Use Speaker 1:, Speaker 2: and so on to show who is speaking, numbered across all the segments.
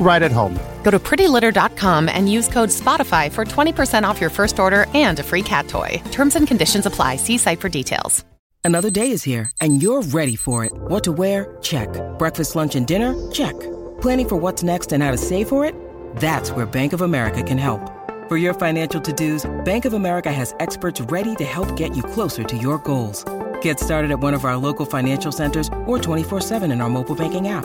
Speaker 1: right at home.
Speaker 2: Go to prettylitter.com and use code SPOTIFY for 20% off your first order and a free cat toy. Terms and conditions apply. See site for details.
Speaker 3: Another day is here, and you're ready for it. What to wear? Check. Breakfast, lunch, and dinner? Check. Planning for what's next and how to save for it? That's where Bank of America can help. For your financial to-dos, Bank of America has experts ready to help get you closer to your goals. Get started at one of our local financial centers or 24-7 in our mobile banking app.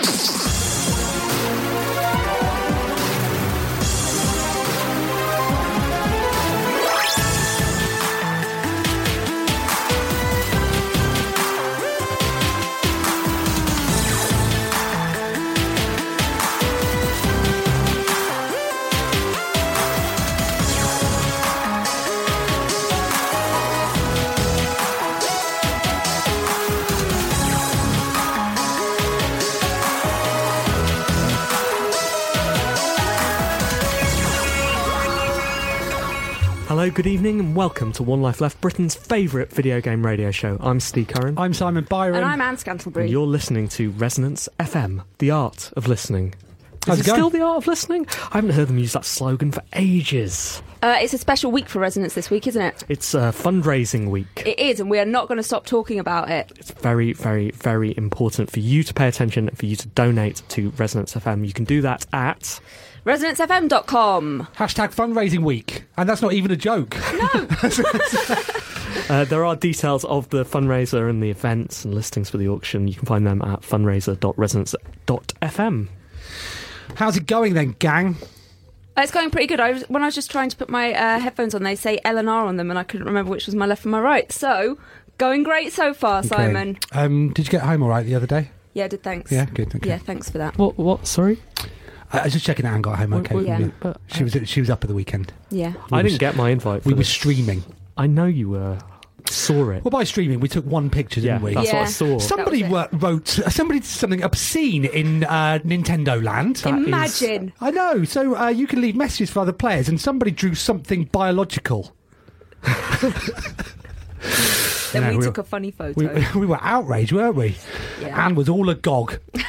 Speaker 4: Hello, good evening, and welcome to One Life Left, Britain's favourite video game radio show. I'm Steve Curran,
Speaker 5: I'm Simon Byron.
Speaker 6: And I'm Anne
Speaker 4: and
Speaker 6: Scantlebury.
Speaker 4: you're listening to Resonance FM, the art of listening. Is
Speaker 5: How's
Speaker 4: it
Speaker 5: it going?
Speaker 4: still the art of listening? I haven't heard them use that slogan for ages.
Speaker 6: Uh, it's a special week for Resonance this week, isn't it?
Speaker 4: It's uh, fundraising week.
Speaker 6: It is, and we are not going to stop talking about it.
Speaker 4: It's very, very, very important for you to pay attention and for you to donate to Resonance FM. You can do that at
Speaker 6: ResonanceFM.com.
Speaker 5: Hashtag fundraising week. And that's not even a joke.
Speaker 4: Uh, there are details of the fundraiser and the events and listings for the auction. You can find them at fundraiser.resonance.fm.
Speaker 5: How's it going then, gang?
Speaker 6: Uh, It's going pretty good. I was, when I was just trying to put my uh, headphones on, they say L and R on them, and I couldn't remember which was my left and my right. So, going great so far, Simon.
Speaker 5: Um, did you get home all right the other day?
Speaker 6: Yeah, did thanks.
Speaker 5: Yeah, good, okay.
Speaker 6: Yeah, thanks for that.
Speaker 4: What? What? Sorry,
Speaker 5: I, I was just checking that Anne got home okay.
Speaker 6: we- yeah.
Speaker 4: but-
Speaker 5: she was she was up at the weekend.
Speaker 6: Yeah.
Speaker 4: I
Speaker 5: was-
Speaker 4: didn't get my invite. For
Speaker 5: We were
Speaker 4: this.
Speaker 5: streaming.
Speaker 4: I know you were. Saw it.
Speaker 5: Well, by streaming, we took one picture,
Speaker 4: yeah,
Speaker 5: didn't we?
Speaker 4: that's what I
Speaker 6: Yeah.
Speaker 4: saw.
Speaker 6: Some-
Speaker 5: Somebody
Speaker 6: That
Speaker 5: wor-
Speaker 6: was
Speaker 5: wrote somebody did something obscene in uh, Nintendo Land.
Speaker 4: is-
Speaker 6: Imagine.
Speaker 5: I know. So uh, you can leave messages for other players, and somebody drew something biological.
Speaker 6: Then
Speaker 5: No,
Speaker 6: we
Speaker 5: we
Speaker 6: took
Speaker 5: were-
Speaker 6: a funny photo.
Speaker 5: We, we were outraged, weren't we?
Speaker 6: Yeah.
Speaker 5: Anne was all agog.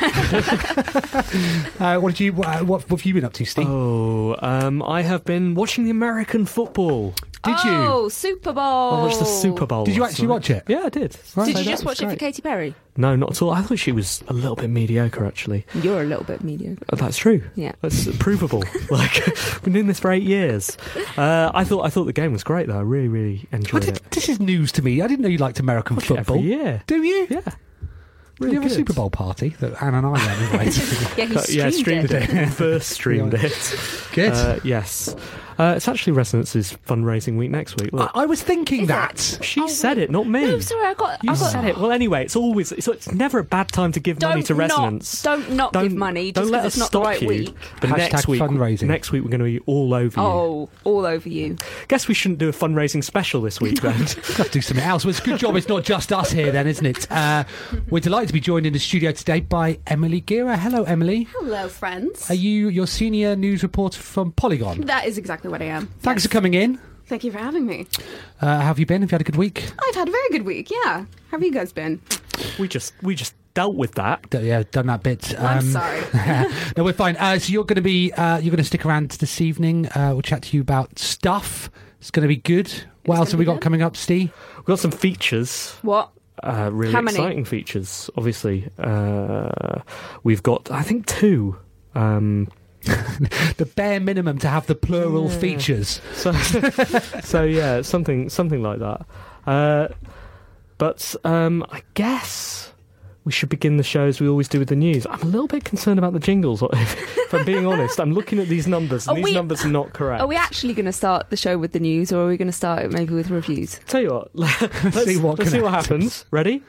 Speaker 5: uh, what did you? What, uh, what, what have you been up to, Steve?
Speaker 4: Oh, um, I have been watching the American football.
Speaker 5: did you?
Speaker 6: Oh, Super Bowl.
Speaker 4: I watched the Super Bowl. Oh,
Speaker 5: Did you
Speaker 4: last
Speaker 5: actually
Speaker 4: night.
Speaker 5: watch it?
Speaker 4: Yeah, I did.
Speaker 5: Right.
Speaker 6: Oh. Did
Speaker 5: So
Speaker 6: you just
Speaker 5: that
Speaker 6: watch
Speaker 5: was
Speaker 6: it for
Speaker 5: great.
Speaker 6: Katy Perry?
Speaker 4: No, not at all. I thought she was a little bit mediocre, actually.
Speaker 6: You're a little bit mediocre.
Speaker 4: Uh, That's true.
Speaker 6: Yeah.
Speaker 4: that's provable. like we've been doing this for eight years. Uh, I thought I thought the game was great though. I really, really
Speaker 5: I
Speaker 4: enjoyed
Speaker 5: did,
Speaker 4: it.
Speaker 5: this is news to me. I didn't know you liked American
Speaker 4: Watch it every
Speaker 5: football.
Speaker 4: year.
Speaker 5: Do you?
Speaker 4: Yeah,
Speaker 5: Did
Speaker 4: really
Speaker 5: you have
Speaker 4: good.
Speaker 5: a Super Bowl party that Anne and I went anyway?
Speaker 6: Yeah, he
Speaker 4: Uh,
Speaker 6: streamed,
Speaker 4: yeah, streamed
Speaker 6: it.
Speaker 4: it. First streamed it.
Speaker 5: Good.
Speaker 4: Uh, yes, uh, it's actually Resonance's fundraising week next week. Look.
Speaker 5: I, I was thinking
Speaker 6: Is
Speaker 5: that.
Speaker 6: that-
Speaker 4: she
Speaker 6: Oh,
Speaker 4: said
Speaker 6: wait.
Speaker 4: it, not me.
Speaker 6: No, sorry, I got.
Speaker 4: You
Speaker 6: I got,
Speaker 4: said it. Well, anyway, it's always it's, it's never a bad time to give
Speaker 6: Don't
Speaker 4: money to
Speaker 6: not-
Speaker 4: Resonance.
Speaker 6: don't not give money just
Speaker 4: Don't let
Speaker 6: 'cause
Speaker 4: us
Speaker 6: it's not the
Speaker 4: stop
Speaker 6: right
Speaker 4: you.
Speaker 6: week.
Speaker 4: But
Speaker 5: Hashtag
Speaker 4: next week,
Speaker 5: fundraising.
Speaker 4: next week we're going to be all over you.
Speaker 6: Oh, all over you.
Speaker 4: Guess we shouldn't do a fundraising special this week then.
Speaker 5: Let's do something else. Well, it's a good job it's not just us here, then, isn't it? Uh, we're delighted to be joined in the studio today by Emily Gira. Hello, Emily.
Speaker 7: Hello, friends.
Speaker 5: Are you your senior news reporter from Polygon?
Speaker 7: that is exactly what I am.
Speaker 5: Thanks for coming in.
Speaker 7: Thank you for having me.
Speaker 5: Uh, how have you been? Have you had a good week?
Speaker 7: I've had a very good week. Yeah. How have you guys been?
Speaker 4: we just we just dealt with that.
Speaker 5: D- yeah, done that bit. Um,
Speaker 7: I'm sorry.
Speaker 5: no, we're fine. Uh, so you're going to be uh, you're going to stick around this evening. Uh, we'll chat to you about stuff. It's going to be good. What else have we got coming up, Steve?
Speaker 4: We've got some features.
Speaker 6: What?
Speaker 4: Uh, really
Speaker 6: How many?
Speaker 4: exciting features, obviously. Uh, we've got, I think, two. Um,
Speaker 5: The bare minimum to have the plural features.
Speaker 4: So, so yeah, something something like that. Uh, but um, I guess we should begin the show as we always do with the news. I'm a little bit concerned about the jingles. If, if I'm being honest, I'm looking at these numbers, and
Speaker 6: Are
Speaker 4: these
Speaker 6: we-
Speaker 4: numbers are not correct.
Speaker 6: Are we actually going to start the show with the news, or are we going to start it maybe with reviews?
Speaker 4: Tell you what, let's
Speaker 5: See what
Speaker 4: let's see what
Speaker 5: connects.
Speaker 4: happens. Ready?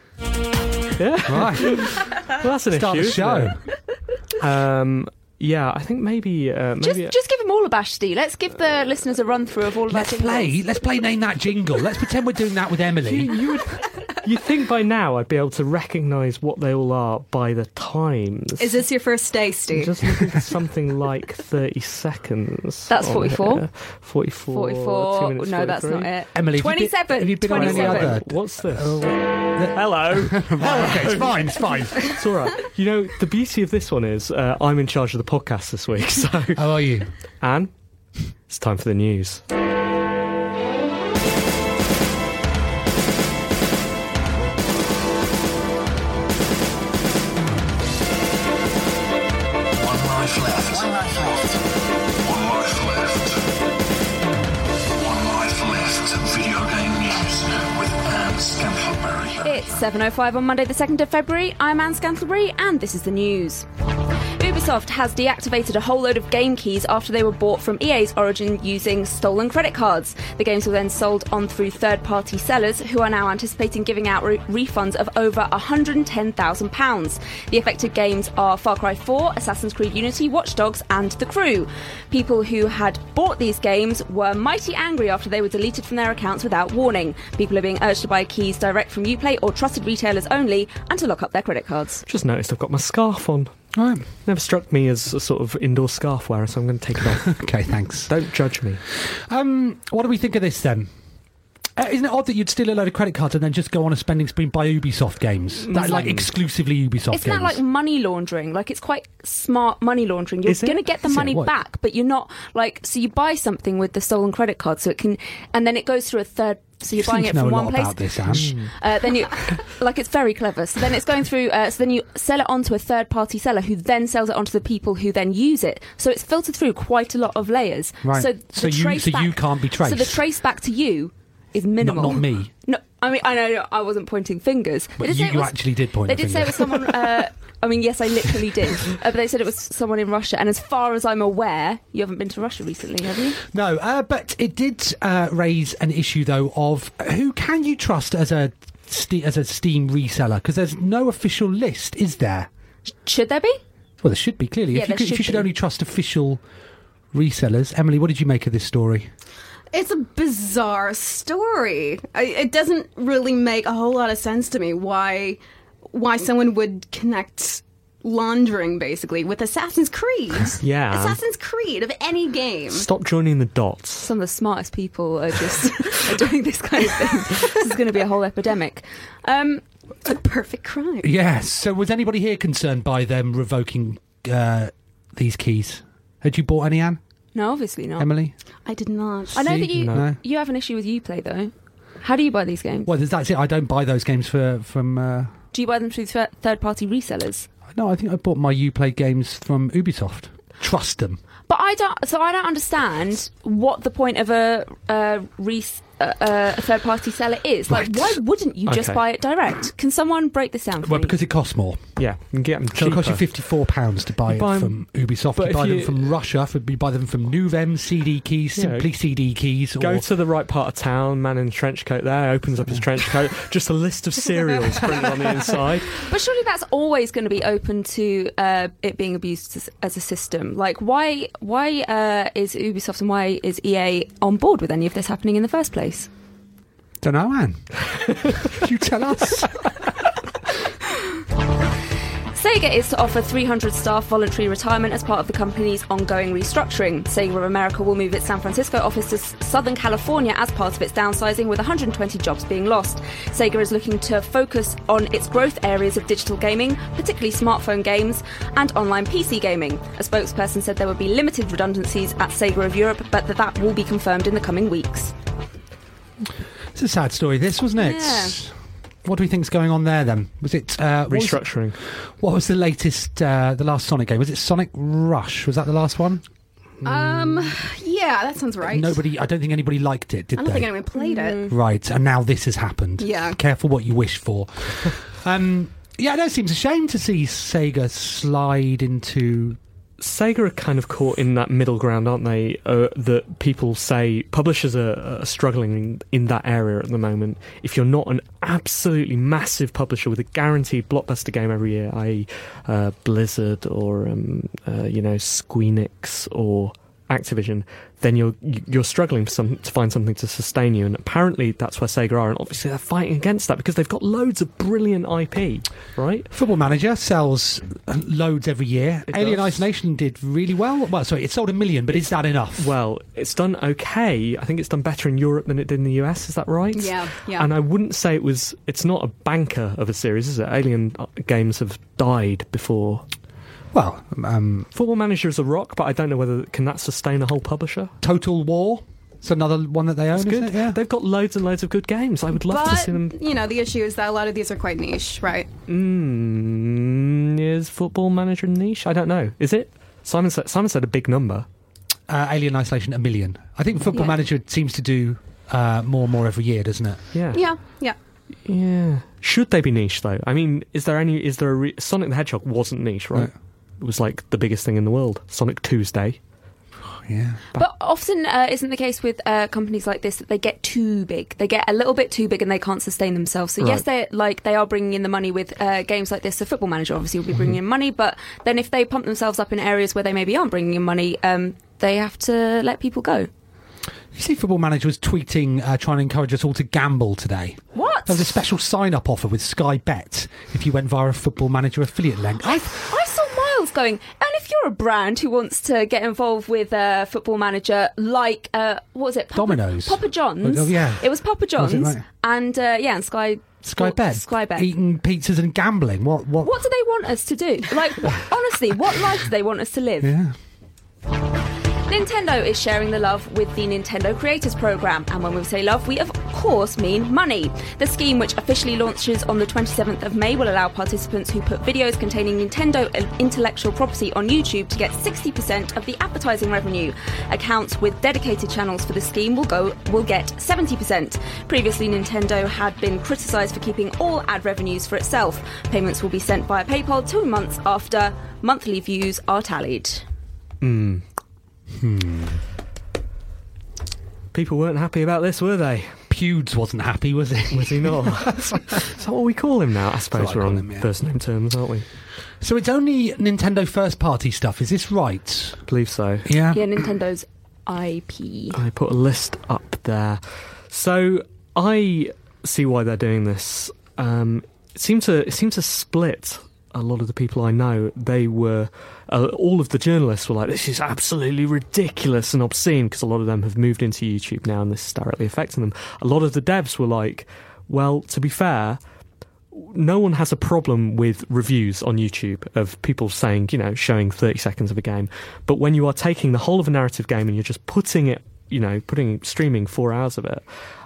Speaker 4: Yeah,
Speaker 5: Right.
Speaker 6: Uh,
Speaker 4: well, that's an
Speaker 5: Start
Speaker 4: issue.
Speaker 5: the show.
Speaker 4: isn't it? Um, yeah, I think maybe uh,
Speaker 6: Just,
Speaker 4: maybe
Speaker 6: just give them all a bash, Steve. Let's give the listeners a run through of all of
Speaker 5: Let's
Speaker 6: our jingles.
Speaker 5: play. Let's play name that jingle. Let's pretend we're doing that with Emily.
Speaker 4: you, you would. You think by now I'd be able to recognise what they all are by the times?
Speaker 8: Is this your first day,
Speaker 4: I'm
Speaker 8: Steve?
Speaker 4: just looking for something like 30 seconds.
Speaker 6: That's
Speaker 4: on
Speaker 6: 44.
Speaker 4: here. 44.
Speaker 6: 44.
Speaker 4: two minutes
Speaker 6: no, that's
Speaker 4: 43.
Speaker 6: not it.
Speaker 5: Emily, have you been-
Speaker 6: 27.
Speaker 5: have you been on any
Speaker 6: 27.
Speaker 5: other-
Speaker 4: What's this?
Speaker 5: Hello. Oh, okay, it's fine. It's fine.
Speaker 4: It's all right. You know, the beauty of this one is uh, I'm in charge of the podcast this week. So,
Speaker 5: How are you?
Speaker 4: Anne, it's time for the news.
Speaker 9: One life left. One life left. One life left. One life left. Video game news with Anne Scantlebury.
Speaker 6: It's 7.05 on Monday the 2nd of February. I'm Anne Scantlebury and this is the news. Ubisoft has deactivated a whole load of game keys after they were bought from EA's Origin using stolen credit cards. The games were then sold on through third party sellers who are now anticipating giving out re- refunds of over £110,000. The affected games are Far Cry 4, Assassin's Creed Unity, Watch Dogs, and The Crew. People who had bought these games were mighty angry after they were deleted from their accounts without warning. People are being urged to buy keys direct from Uplay or trusted retailers only and to lock up their credit cards.
Speaker 4: Just noticed I've got my scarf on.
Speaker 5: Right.
Speaker 4: Never struck me as a sort of indoor scarf wearer, so I'm going to take it off.
Speaker 5: Okay, thanks.
Speaker 4: Don't judge me.
Speaker 5: Um, what do we think of this then? Uh, isn't it odd that you'd steal a load of credit cards and then just go on a spending spree and buy Ubisoft games? That, like exclusively Ubisoft
Speaker 6: Isn't
Speaker 5: games.
Speaker 6: that like money laundering? Like it's quite smart money laundering. You're
Speaker 4: Is it?
Speaker 6: going to get the
Speaker 5: Is it?
Speaker 6: money
Speaker 5: What?
Speaker 6: back, but you're not like so you buy something with the stolen credit card, so it can, and then it goes through a third. So you're
Speaker 5: You seem
Speaker 6: buying
Speaker 5: to
Speaker 6: it
Speaker 5: know
Speaker 6: from
Speaker 5: a
Speaker 6: one
Speaker 5: lot
Speaker 6: place.
Speaker 5: about this, Anne.
Speaker 6: Shh. Uh, then you, like, it's very clever. So then it's going through. Uh, so then you sell it on to a third-party seller, who then sells it on to the people who then use it. So it's filtered through quite a lot of layers.
Speaker 5: Right.
Speaker 6: So,
Speaker 5: So
Speaker 6: the
Speaker 5: you-
Speaker 6: trace
Speaker 5: so
Speaker 6: back,
Speaker 5: you can't be
Speaker 6: So the
Speaker 5: traced.
Speaker 6: trace back to you is minimal.
Speaker 5: not me.
Speaker 6: No, I mean I know I wasn't pointing fingers.
Speaker 5: But
Speaker 6: They did
Speaker 5: you-
Speaker 6: say it
Speaker 5: you actually did point
Speaker 6: They
Speaker 5: a
Speaker 6: did say it
Speaker 5: finger.
Speaker 6: was someone. Uh, I mean, yes, I literally did. Uh, but they said it was someone in Russia. And as far as I'm aware, you haven't been to Russia recently, have you?
Speaker 5: No, uh, but it did uh, raise an issue though of who can you trust as a ste- as a Steam reseller because there's no official list, is there?
Speaker 6: Should there be?
Speaker 5: Well, there should be clearly.
Speaker 6: Yeah,
Speaker 5: if you,
Speaker 6: there
Speaker 5: could, if
Speaker 6: should
Speaker 5: you should
Speaker 6: be.
Speaker 5: only trust official resellers, Emily, what did you make of this story?
Speaker 7: It's a bizarre story. I, it doesn't really make a whole lot of sense to me why why someone would connect laundering basically with Assassin's Creed.
Speaker 4: Yeah.
Speaker 7: Assassin's Creed of any game.
Speaker 4: Stop joining the dots.
Speaker 6: Some of the smartest people are just are doing this kind of thing. This is going to be a whole epidemic. Um,
Speaker 7: It's a perfect crime.
Speaker 5: Yes. So was anybody here concerned by them revoking uh, these keys? Had you bought any, Anne?
Speaker 6: no, obviously not.
Speaker 5: Emily?
Speaker 7: I did not.
Speaker 6: I know
Speaker 5: See?
Speaker 6: that you
Speaker 5: No.
Speaker 6: you have an issue with UPlay though. How do you buy these games?
Speaker 5: Well, that's it. I don't buy those games for from. Uh,
Speaker 6: Do you buy them through th- third-party resellers?
Speaker 5: no, I think I bought my UPlay games from Ubisoft. Trust them.
Speaker 6: But I don't. So I don't understand what the point of a uh, res, uh, uh, a third-party seller is. Like,
Speaker 5: Right.
Speaker 6: why wouldn't you just
Speaker 4: Okay.
Speaker 6: buy it direct? Can someone break this down? For
Speaker 5: Well,
Speaker 6: me?
Speaker 5: because it costs more.
Speaker 4: Yeah, you can get them
Speaker 5: So it costs you
Speaker 4: cheaper.
Speaker 5: fifty-four pounds to buy
Speaker 4: You buy
Speaker 5: it
Speaker 4: 'em-
Speaker 5: from Ubisoft.
Speaker 4: but
Speaker 5: You
Speaker 4: if
Speaker 5: buy them
Speaker 4: you-
Speaker 5: from Russia. For, you buy them from Nuvem CD keys,
Speaker 4: Yeah.
Speaker 5: simply CD keys. Or,
Speaker 4: Go to the right part of town, man in trench coat there, opens up his trench coat, just a list of cereals printed on the inside.
Speaker 6: But surely that's always going to be open to uh, it being abused as, as a system. Like, why why uh, is Ubisoft and why is EA on board with any of this happening in the first place?
Speaker 5: don't know, Anne. you tell us.
Speaker 6: Sega is to offer 300 staff voluntary retirement as part of the company's ongoing restructuring. Sega of America will move its San Francisco office to S- Southern California as part of its downsizing, with 120 jobs being lost. Sega is looking to focus on its growth areas of digital gaming, particularly smartphone games and online PC gaming. A spokesperson said there would be limited redundancies at Sega of Europe, but that that will be confirmed in the coming weeks.
Speaker 5: It's a sad story. This wasn't it.
Speaker 6: Yeah.
Speaker 5: What do we think's going on there? Then was it uh, what was-
Speaker 4: Restructuring.
Speaker 5: What was the latest, uh, the last Sonic game? Was it Sonic Rush? Was that the last one?
Speaker 4: Hmm.
Speaker 7: Um yeah, that sounds right.
Speaker 5: Nobody, I don't think anybody liked it, did
Speaker 7: I don't
Speaker 5: they?
Speaker 7: think anyone played it.
Speaker 5: Right, and now this has happened.
Speaker 7: Yeah.
Speaker 5: Careful what you wish for. um, yeah, no, it seems a shame to see Sega slide into
Speaker 4: Sega are kind of caught in that middle ground, aren't they? Uh, that people say publishers are, are struggling in, in that area at the moment. If you're not an absolutely massive publisher with a guaranteed blockbuster game every year, i.e., uh, Blizzard or um, uh, you know Squeenix or Activision, then you're you're struggling for some, to find something to sustain you. And apparently, that's where Sega are, and obviously they're fighting against that because they've got loads of brilliant IP, right?
Speaker 5: Football Manager sells loads every year.
Speaker 4: It
Speaker 5: Alien
Speaker 4: does.
Speaker 5: Isolation did really well. Well, sorry, it sold a million, but is that enough?
Speaker 4: Well, it's done okay. I think it's done better in Europe than it did in the US. Is that right?
Speaker 7: Yeah, yeah.
Speaker 4: And I wouldn't say it was. It's not a banker of a series, is it? Alien uh, games have died before.
Speaker 5: Well, um,
Speaker 4: Football Manager is a rock, but I don't know whether can that sustain a whole publisher.
Speaker 5: Total War. It's another one that they own.
Speaker 4: It's
Speaker 5: isn't
Speaker 4: good.
Speaker 5: it? Yeah.
Speaker 4: They've got loads and loads of good games. I would love to
Speaker 7: But
Speaker 4: see them.
Speaker 7: you know, the issue is that a lot of these are quite niche, right?
Speaker 4: Mm, is Football Manager niche? I don't know. Is it? Simon said, Simon said a big number.
Speaker 5: uh, Alien Isolation a million. I think Football
Speaker 7: Yeah.
Speaker 5: Manager seems to do uh, more and more every year, doesn't it?
Speaker 4: Yeah.
Speaker 7: Yeah, yeah.
Speaker 4: Yeah. Should they be niche though? I mean, is there any? Is there a re- Sonic the Hedgehog wasn't niche, right? It was like the biggest thing in the world. Sonic Tuesday.
Speaker 5: Yeah.
Speaker 6: But often uh, isn't the case with uh, companies like this that they get too big. They get a little bit too big and they can't sustain themselves. So yes, they like they are bringing in the money with uh, games like this. So Football Manager obviously will be bringing in money, but then if they pump themselves up in areas where they maybe aren't bringing in money, um, they have to let people go.
Speaker 5: You see, Football Manager was tweeting uh, trying to encourage us all to gamble today.
Speaker 6: What?
Speaker 5: There was a special sign-up offer with Sky Bet if you went via a Football Manager affiliate link. I,
Speaker 6: I saw Miles going, and if you're a brand who wants to get involved with uh, Football Manager, like uh, what was it? Papa,
Speaker 5: Domino's.
Speaker 6: Papa John's.
Speaker 5: Oh, yeah.
Speaker 6: it was Papa John's,
Speaker 5: it, right?
Speaker 6: and uh, yeah, and Sky.
Speaker 5: Sky Bet.
Speaker 6: Sky Bet.
Speaker 5: Eating pizzas and gambling. What? What?
Speaker 6: What do they want us to do? Like, wh- honestly, what life do they want us to live?
Speaker 5: Yeah.
Speaker 6: Nintendo is sharing the love with the Nintendo Creators Program, and when we say love, we of course mean money. The scheme, which officially launches on the 27th of May, will allow participants who put videos containing Nintendo intellectual property on YouTube to get 60% of the advertising revenue. Accounts with dedicated channels for the scheme will go will get 70%. Previously, Nintendo had been criticised for keeping all ad revenues for itself. Payments will be sent via PayPal two months after monthly views are tallied.
Speaker 4: People weren't happy about this, were they?
Speaker 5: Pewds wasn't happy, was he?
Speaker 4: Was he not? Is that what we call him now? I suppose
Speaker 5: what I
Speaker 4: we're
Speaker 5: call
Speaker 4: on
Speaker 5: him, yeah.
Speaker 4: first name terms, aren't we?
Speaker 5: so it's only Nintendo first-party stuff. Is this right?
Speaker 4: believe so.
Speaker 5: Yeah.
Speaker 6: Yeah, Nintendo's IP.
Speaker 4: I put a list up there. So I see why they're doing this. Um, it seemed to it seemed to split a lot of the people I know. They were uh, all of the journalists were like, "This is absolutely ridiculous and obscene," because a lot of them have moved into YouTube now, and this is directly affecting them. A lot of the devs were like, "Well, to be fair." no one has a problem with reviews on YouTube of people saying, you know, showing 30 seconds of a game. But when you are taking the whole of a narrative game and you're just putting it, you know, putting streaming four hours of it,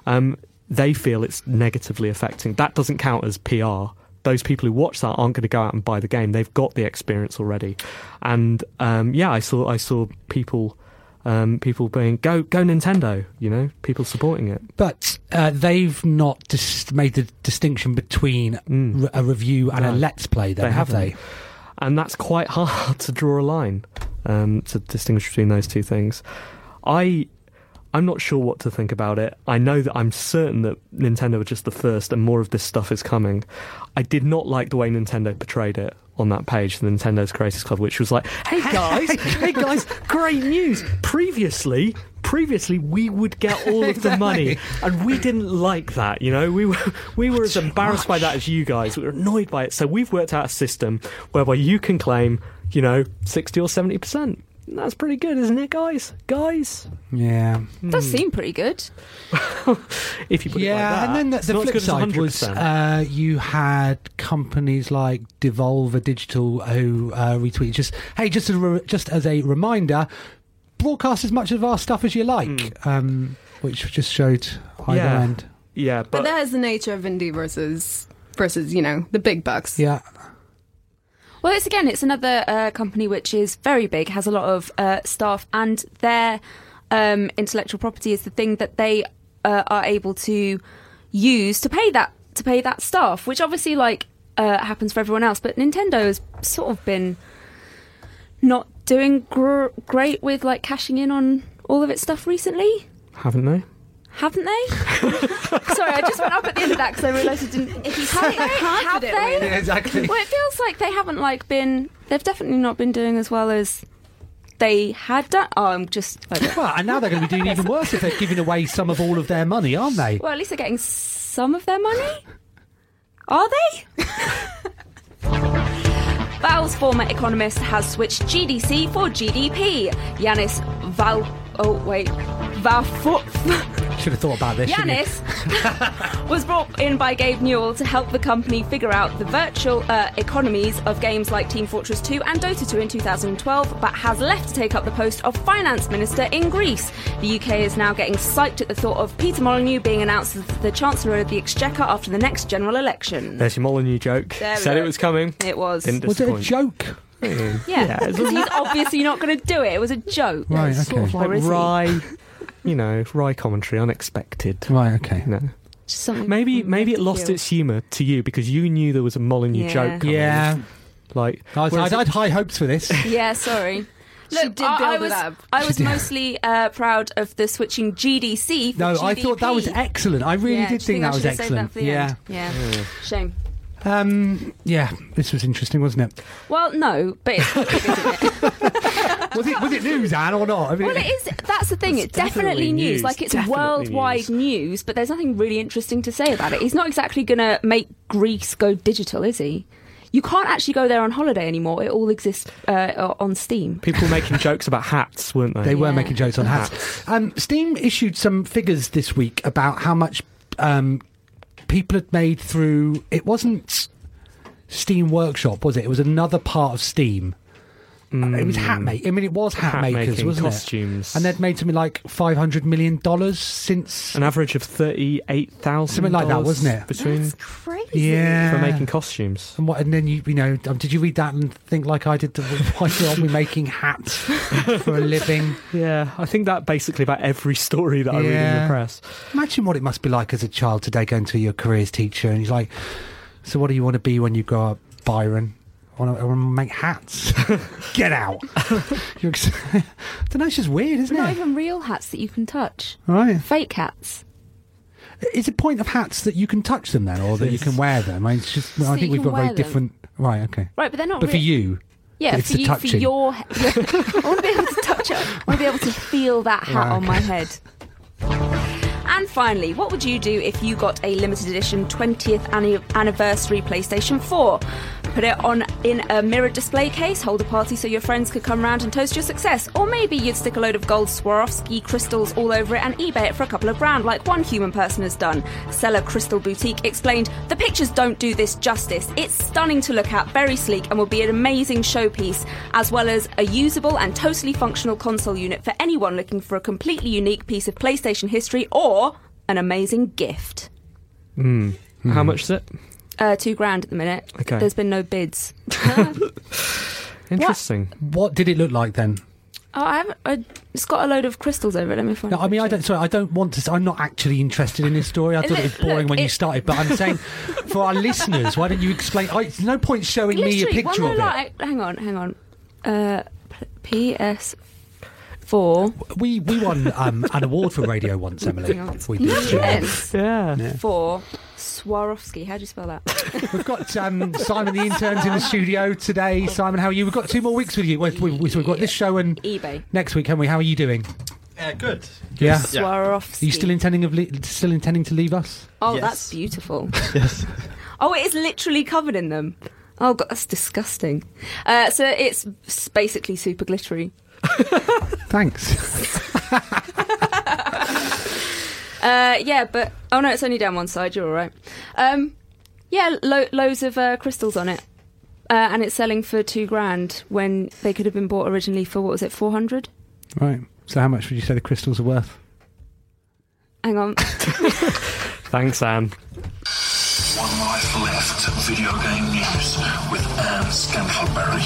Speaker 4: um, they feel it's negatively affecting. That doesn't count as PR. Those people who watch that aren't going to go out and buy the game. They've got the experience already. And um, yeah, I saw I saw people um, people being go go Nintendo. You know, people supporting it.
Speaker 5: But uh, they've not dis- made the distinction between r- a review and a
Speaker 4: Mm. No.
Speaker 5: let's play. Then have
Speaker 4: haven't.
Speaker 5: they?
Speaker 4: And that's quite hard to draw a line um, to distinguish between those two things. I I'm not sure what to think about it. I know that I'm certain that Nintendo are just the first, and more of this stuff is coming. I did not like the way Nintendo portrayed it on that page, the Nintendo's Creators Club, which was like, "Hey guys, hey guys, great news! Previously." Previously, we would get all of the money, and we didn't like that. You know, we were we were as embarrassed by that as you guys. We were annoyed by it. So we've worked out a system whereby you can claim, you know, sixty or seventy percent. That's pretty good, isn't it, guys? Guys,
Speaker 5: Yeah.
Speaker 6: Does seem pretty good.
Speaker 4: if you put
Speaker 5: yeah,
Speaker 4: it like that.
Speaker 5: and then the,
Speaker 4: It's
Speaker 5: the
Speaker 4: not as
Speaker 5: flip
Speaker 4: good as
Speaker 5: side was
Speaker 4: 100%.
Speaker 5: uh, you had companies like Devolver Digital who uh, retweeted just, hey, just as, a re- just as a reminder, broadcast as much of our stuff as you like, um, which just showed
Speaker 4: Mm.
Speaker 5: either
Speaker 4: Yeah.
Speaker 5: end.
Speaker 4: yeah,
Speaker 7: But
Speaker 4: but,
Speaker 7: that is the nature of indie versus versus you know the big bucks.
Speaker 5: Yeah,
Speaker 6: Well, it's again, it's another uh, company which is very big, has a lot of uh, staff, and their um, intellectual property is the thing that they uh, are able to use to pay that to pay that staff, which obviously like uh, happens for everyone else. But Nintendo has sort of been not doing gr- great with like cashing in on all of its stuff recently?
Speaker 4: haven't they?
Speaker 6: Haven't they? Sorry, I just went up at the end of that because I realised I didn't. If you have, have
Speaker 7: confident
Speaker 6: they?
Speaker 5: exactly.
Speaker 6: Well, it feels like they haven't like been. They've definitely not been doing as well as they had done. Oh, I'm just.
Speaker 5: Well, and now they're going to be doing even worse if they're giving away some of all of their money, aren't they?
Speaker 6: Well, at least they're getting some of their money. Are they? Val's former economist has switched GDC for GDP. Yanis Val. Oh, wait. Vafouf.
Speaker 5: Should have thought about this. shouldn't you?
Speaker 6: Yanis was brought in by Gabe Newell to help the company figure out the virtual uh, economies of games like Team Fortress 2 and Dota 2 in 2012, but has left to take up the post of finance minister in Greece. The UK is now getting psyched at the thought of Peter Molyneux being announced as the Chancellor of the Exchequer after the next general election.
Speaker 4: There's your Molyneux joke.
Speaker 6: There we
Speaker 4: Said
Speaker 6: go.
Speaker 4: it was coming.
Speaker 6: It was.
Speaker 4: Didn't
Speaker 5: Was it a
Speaker 4: disappoint.
Speaker 5: joke?
Speaker 6: yeah,
Speaker 4: yeah, it's
Speaker 6: because he's obviously not going to do it. It was a joke.
Speaker 5: Right,
Speaker 4: Sort of
Speaker 5: okay.
Speaker 4: like
Speaker 6: Or is he?
Speaker 4: wry, you know, wry commentary, unexpected.
Speaker 5: Right, okay.
Speaker 4: You know.
Speaker 6: Just something
Speaker 4: Maybe maybe it
Speaker 6: to
Speaker 4: lost
Speaker 6: feel.
Speaker 4: its humour to you because you knew there was a Molyneux
Speaker 6: Yeah.
Speaker 4: joke coming.
Speaker 5: Yeah.
Speaker 4: Like,
Speaker 5: I was-
Speaker 4: whereas
Speaker 5: I'd, I'd high hopes for this.
Speaker 6: Yeah, sorry.
Speaker 7: She did build
Speaker 6: I, I
Speaker 7: it
Speaker 6: was,
Speaker 7: up.
Speaker 6: I was mostly uh, proud of the switching GDC. For
Speaker 5: No, I thought that was
Speaker 6: GDP.
Speaker 5: excellent. I really
Speaker 6: Yeah, do you
Speaker 5: did think, that
Speaker 6: I
Speaker 5: was
Speaker 6: should have saved
Speaker 5: excellent.
Speaker 6: for the
Speaker 5: yeah.
Speaker 6: end? yeah, Shame.
Speaker 5: Um, yeah, this was interesting, wasn't it?
Speaker 6: Well, no, but it's good, isn't it?
Speaker 5: Was it was it news, Anne, or not? I mean,
Speaker 6: well, it is. That's the thing. It's,
Speaker 4: It's
Speaker 6: definitely,
Speaker 4: definitely
Speaker 6: news.
Speaker 4: news,
Speaker 6: Like it's
Speaker 4: definitely
Speaker 6: worldwide news.
Speaker 4: news.
Speaker 6: but there's nothing really interesting to say about it. He's not exactly going to make Greece go digital, is he? You can't actually go there on holiday anymore. It all exists uh, on Steam.
Speaker 4: people making jokes about hats, weren't they?
Speaker 5: They were
Speaker 6: Yeah.
Speaker 5: making jokes on hats. Um, Steam issued some figures this week about how much um, people had made through. It wasn't Steam Workshop, was it? It was another part of Steam. It was hat make. I mean, it was hat,
Speaker 4: Mm. Hat
Speaker 5: makers,
Speaker 4: making,
Speaker 5: wasn't
Speaker 4: Hmm. costumes.
Speaker 5: it? And they'd made something like five hundred million dollars since.
Speaker 4: An average of thirty-eight thousand,
Speaker 5: Something like that, wasn't it?
Speaker 4: Between
Speaker 7: Crazy.
Speaker 5: yeah,
Speaker 4: for making costumes.
Speaker 5: And, what, and then you, you know, um, did you read that and think like I did? The, why aren't we making hats for a living?
Speaker 4: Yeah, I think that basically about every story that I read in
Speaker 5: Yeah.
Speaker 4: the press.
Speaker 5: Imagine what it must be like as a child today going to your careers teacher and he's like, "So what do you want to be when you grow up, Byron?" I want to, I want to make hats. Get out. You're ex- I don't know. It's just weird, isn't
Speaker 6: Not
Speaker 5: it?
Speaker 6: even real hats that you can touch.
Speaker 5: Right.
Speaker 6: Fake hats.
Speaker 5: Is the point of hats that you can touch them then, or that you can wear them? I, mean, it's just, I
Speaker 6: that
Speaker 5: think
Speaker 6: you
Speaker 5: we've
Speaker 6: can
Speaker 5: got very
Speaker 6: wear them.
Speaker 5: different. Right. Okay.
Speaker 6: Right, but they're not.
Speaker 5: But for
Speaker 6: rea-
Speaker 5: you,
Speaker 6: Yeah,
Speaker 5: It's
Speaker 6: for
Speaker 5: the
Speaker 6: you, for
Speaker 5: touching.
Speaker 6: your. he- Yeah. I want to be able to touch it. I want to be able to feel that hat
Speaker 5: Right,
Speaker 6: on
Speaker 5: okay.
Speaker 6: my head. And finally, what would you do if you got a limited edition 20th anni- anniversary PlayStation 4? Put it on in a mirror display case, hold a party so your friends could come round and toast your success. Or maybe you'd stick a load of gold Swarovski crystals all over it and eBay it for a couple of grand, like one human person has done. Seller Crystal Boutique explained, The pictures don't do this justice. It's stunning to look at, very sleek, and will be an amazing showpiece, as well as a usable and totally functional console unit for anyone looking for a completely unique piece of PlayStation history or an amazing gift.
Speaker 4: How much is it?
Speaker 6: Uh, two grand at the minute.
Speaker 4: Okay.
Speaker 6: There's been no bids. Oh,
Speaker 4: Interesting.
Speaker 5: what did it look like then?
Speaker 6: Oh, I haven't. I, it's got a load of crystals over it. Let me find.
Speaker 5: No, I mean, I don't. Sorry, I don't want to. I'm not actually interested in this story. I thought it was
Speaker 6: Look,
Speaker 5: boring when you
Speaker 6: it-
Speaker 5: started, but I'm saying for our listeners, why don't you explain? I, there's no point showing me a
Speaker 6: Literally,
Speaker 5: picture
Speaker 6: one
Speaker 5: of
Speaker 6: I
Speaker 5: it.
Speaker 6: like- Hang on, hang on. Uh, PS four.
Speaker 5: We we won um, an award for radio once, Emily. We did.
Speaker 4: Yeah.
Speaker 6: Four. Swarovski. How do you spell that?
Speaker 5: We've got um, Simon the interns in the studio today. Simon, how are you? We've got two more weeks with you. We've, we we've got this show and
Speaker 6: eBay.
Speaker 5: next week, haven't we? How are you doing?
Speaker 8: Yeah, Uh, good.
Speaker 5: Yeah.
Speaker 8: Yeah.
Speaker 6: Swarovski.
Speaker 5: Are you still intending of le- still intending to leave us?
Speaker 6: Oh,
Speaker 8: Yes.
Speaker 6: that's beautiful.
Speaker 8: Yes.
Speaker 6: Oh, it is literally covered in them. Oh god, that's disgusting. Uh, so it's s- basically super glittery.
Speaker 5: Thanks.
Speaker 6: Uh, yeah, but oh no, it's only down one side. You're all right. Um, yeah, lo- loads of uh, crystals on it, uh, and it's selling for two grand when they could have been bought originally for what was it, four hundred?
Speaker 5: Right. So, how much would you say the crystals are worth?
Speaker 6: Hang on.
Speaker 4: Thanks, Anne.
Speaker 9: One life left. Video game news with Anne Scantleberry.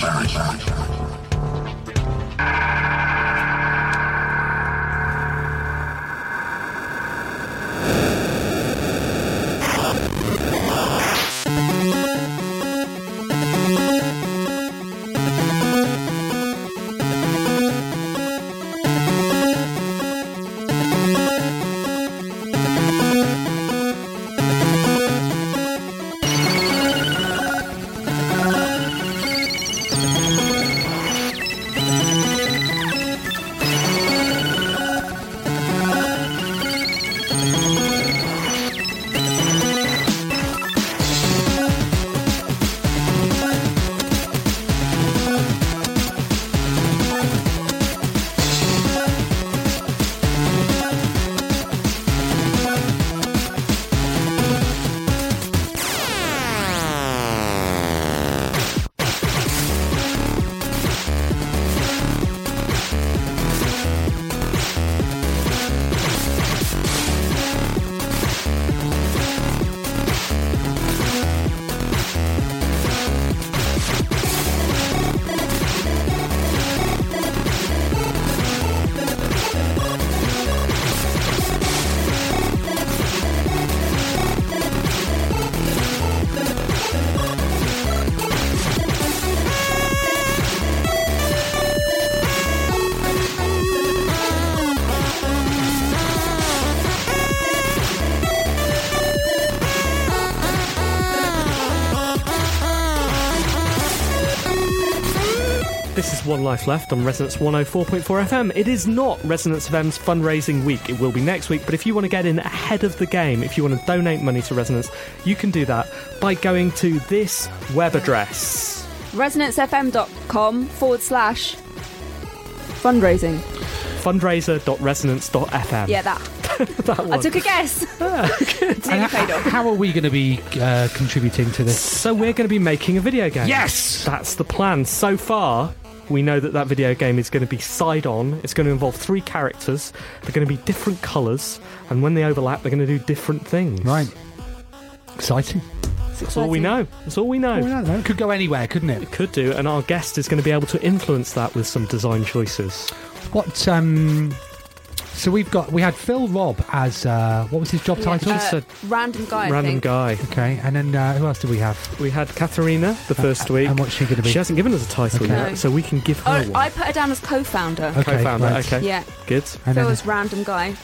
Speaker 4: This is One oh Life Left on Resonance 104.4 FM. It is not Resonance FM's fundraising week. It will be next week, but if you want to get in ahead of the game, if you want to donate money to Resonance, you can do that by going to this web address.
Speaker 6: resonancefm.com forward slash fundraising.
Speaker 4: fundraiser.resonance.fm.
Speaker 6: Yeah, that.
Speaker 4: that
Speaker 6: I
Speaker 4: one.
Speaker 6: took a guess. Nearly
Speaker 5: And
Speaker 6: paid
Speaker 5: h-
Speaker 6: off.
Speaker 5: how are we going to be uh, contributing to this?
Speaker 4: So we're going to be making a video game.
Speaker 5: Yes!
Speaker 4: That's the plan. So far, we know that that video game is going to be side on. It's going to involve three characters. They're going to be different colours, and when they overlap, they're going to do different things.
Speaker 5: Right. Exciting.
Speaker 4: That's all we know. That's all we know.
Speaker 5: Well, I don't know. Could go anywhere, couldn't it?
Speaker 4: Could do, and our guest is going to be able to influence that with some design choices.
Speaker 5: What? um So we've got we had Phil Robb as uh, what was his job title?
Speaker 4: just
Speaker 6: Uh,
Speaker 4: said
Speaker 6: random guy. I
Speaker 4: Random
Speaker 6: think.
Speaker 4: guy.
Speaker 5: okay, and then uh, who else did we have?
Speaker 4: We had Katharina the first
Speaker 5: Uh,
Speaker 4: week.
Speaker 5: And what's she going to be?
Speaker 4: She hasn't given us a title
Speaker 5: Okay.
Speaker 4: yet, so we can give her
Speaker 6: Oh,
Speaker 4: one.
Speaker 6: I put her down as co-founder.
Speaker 5: Okay,
Speaker 4: Co-founder.
Speaker 5: right.
Speaker 4: Okay.
Speaker 6: Yeah.
Speaker 4: Good.
Speaker 6: So
Speaker 5: And then
Speaker 6: was random guy.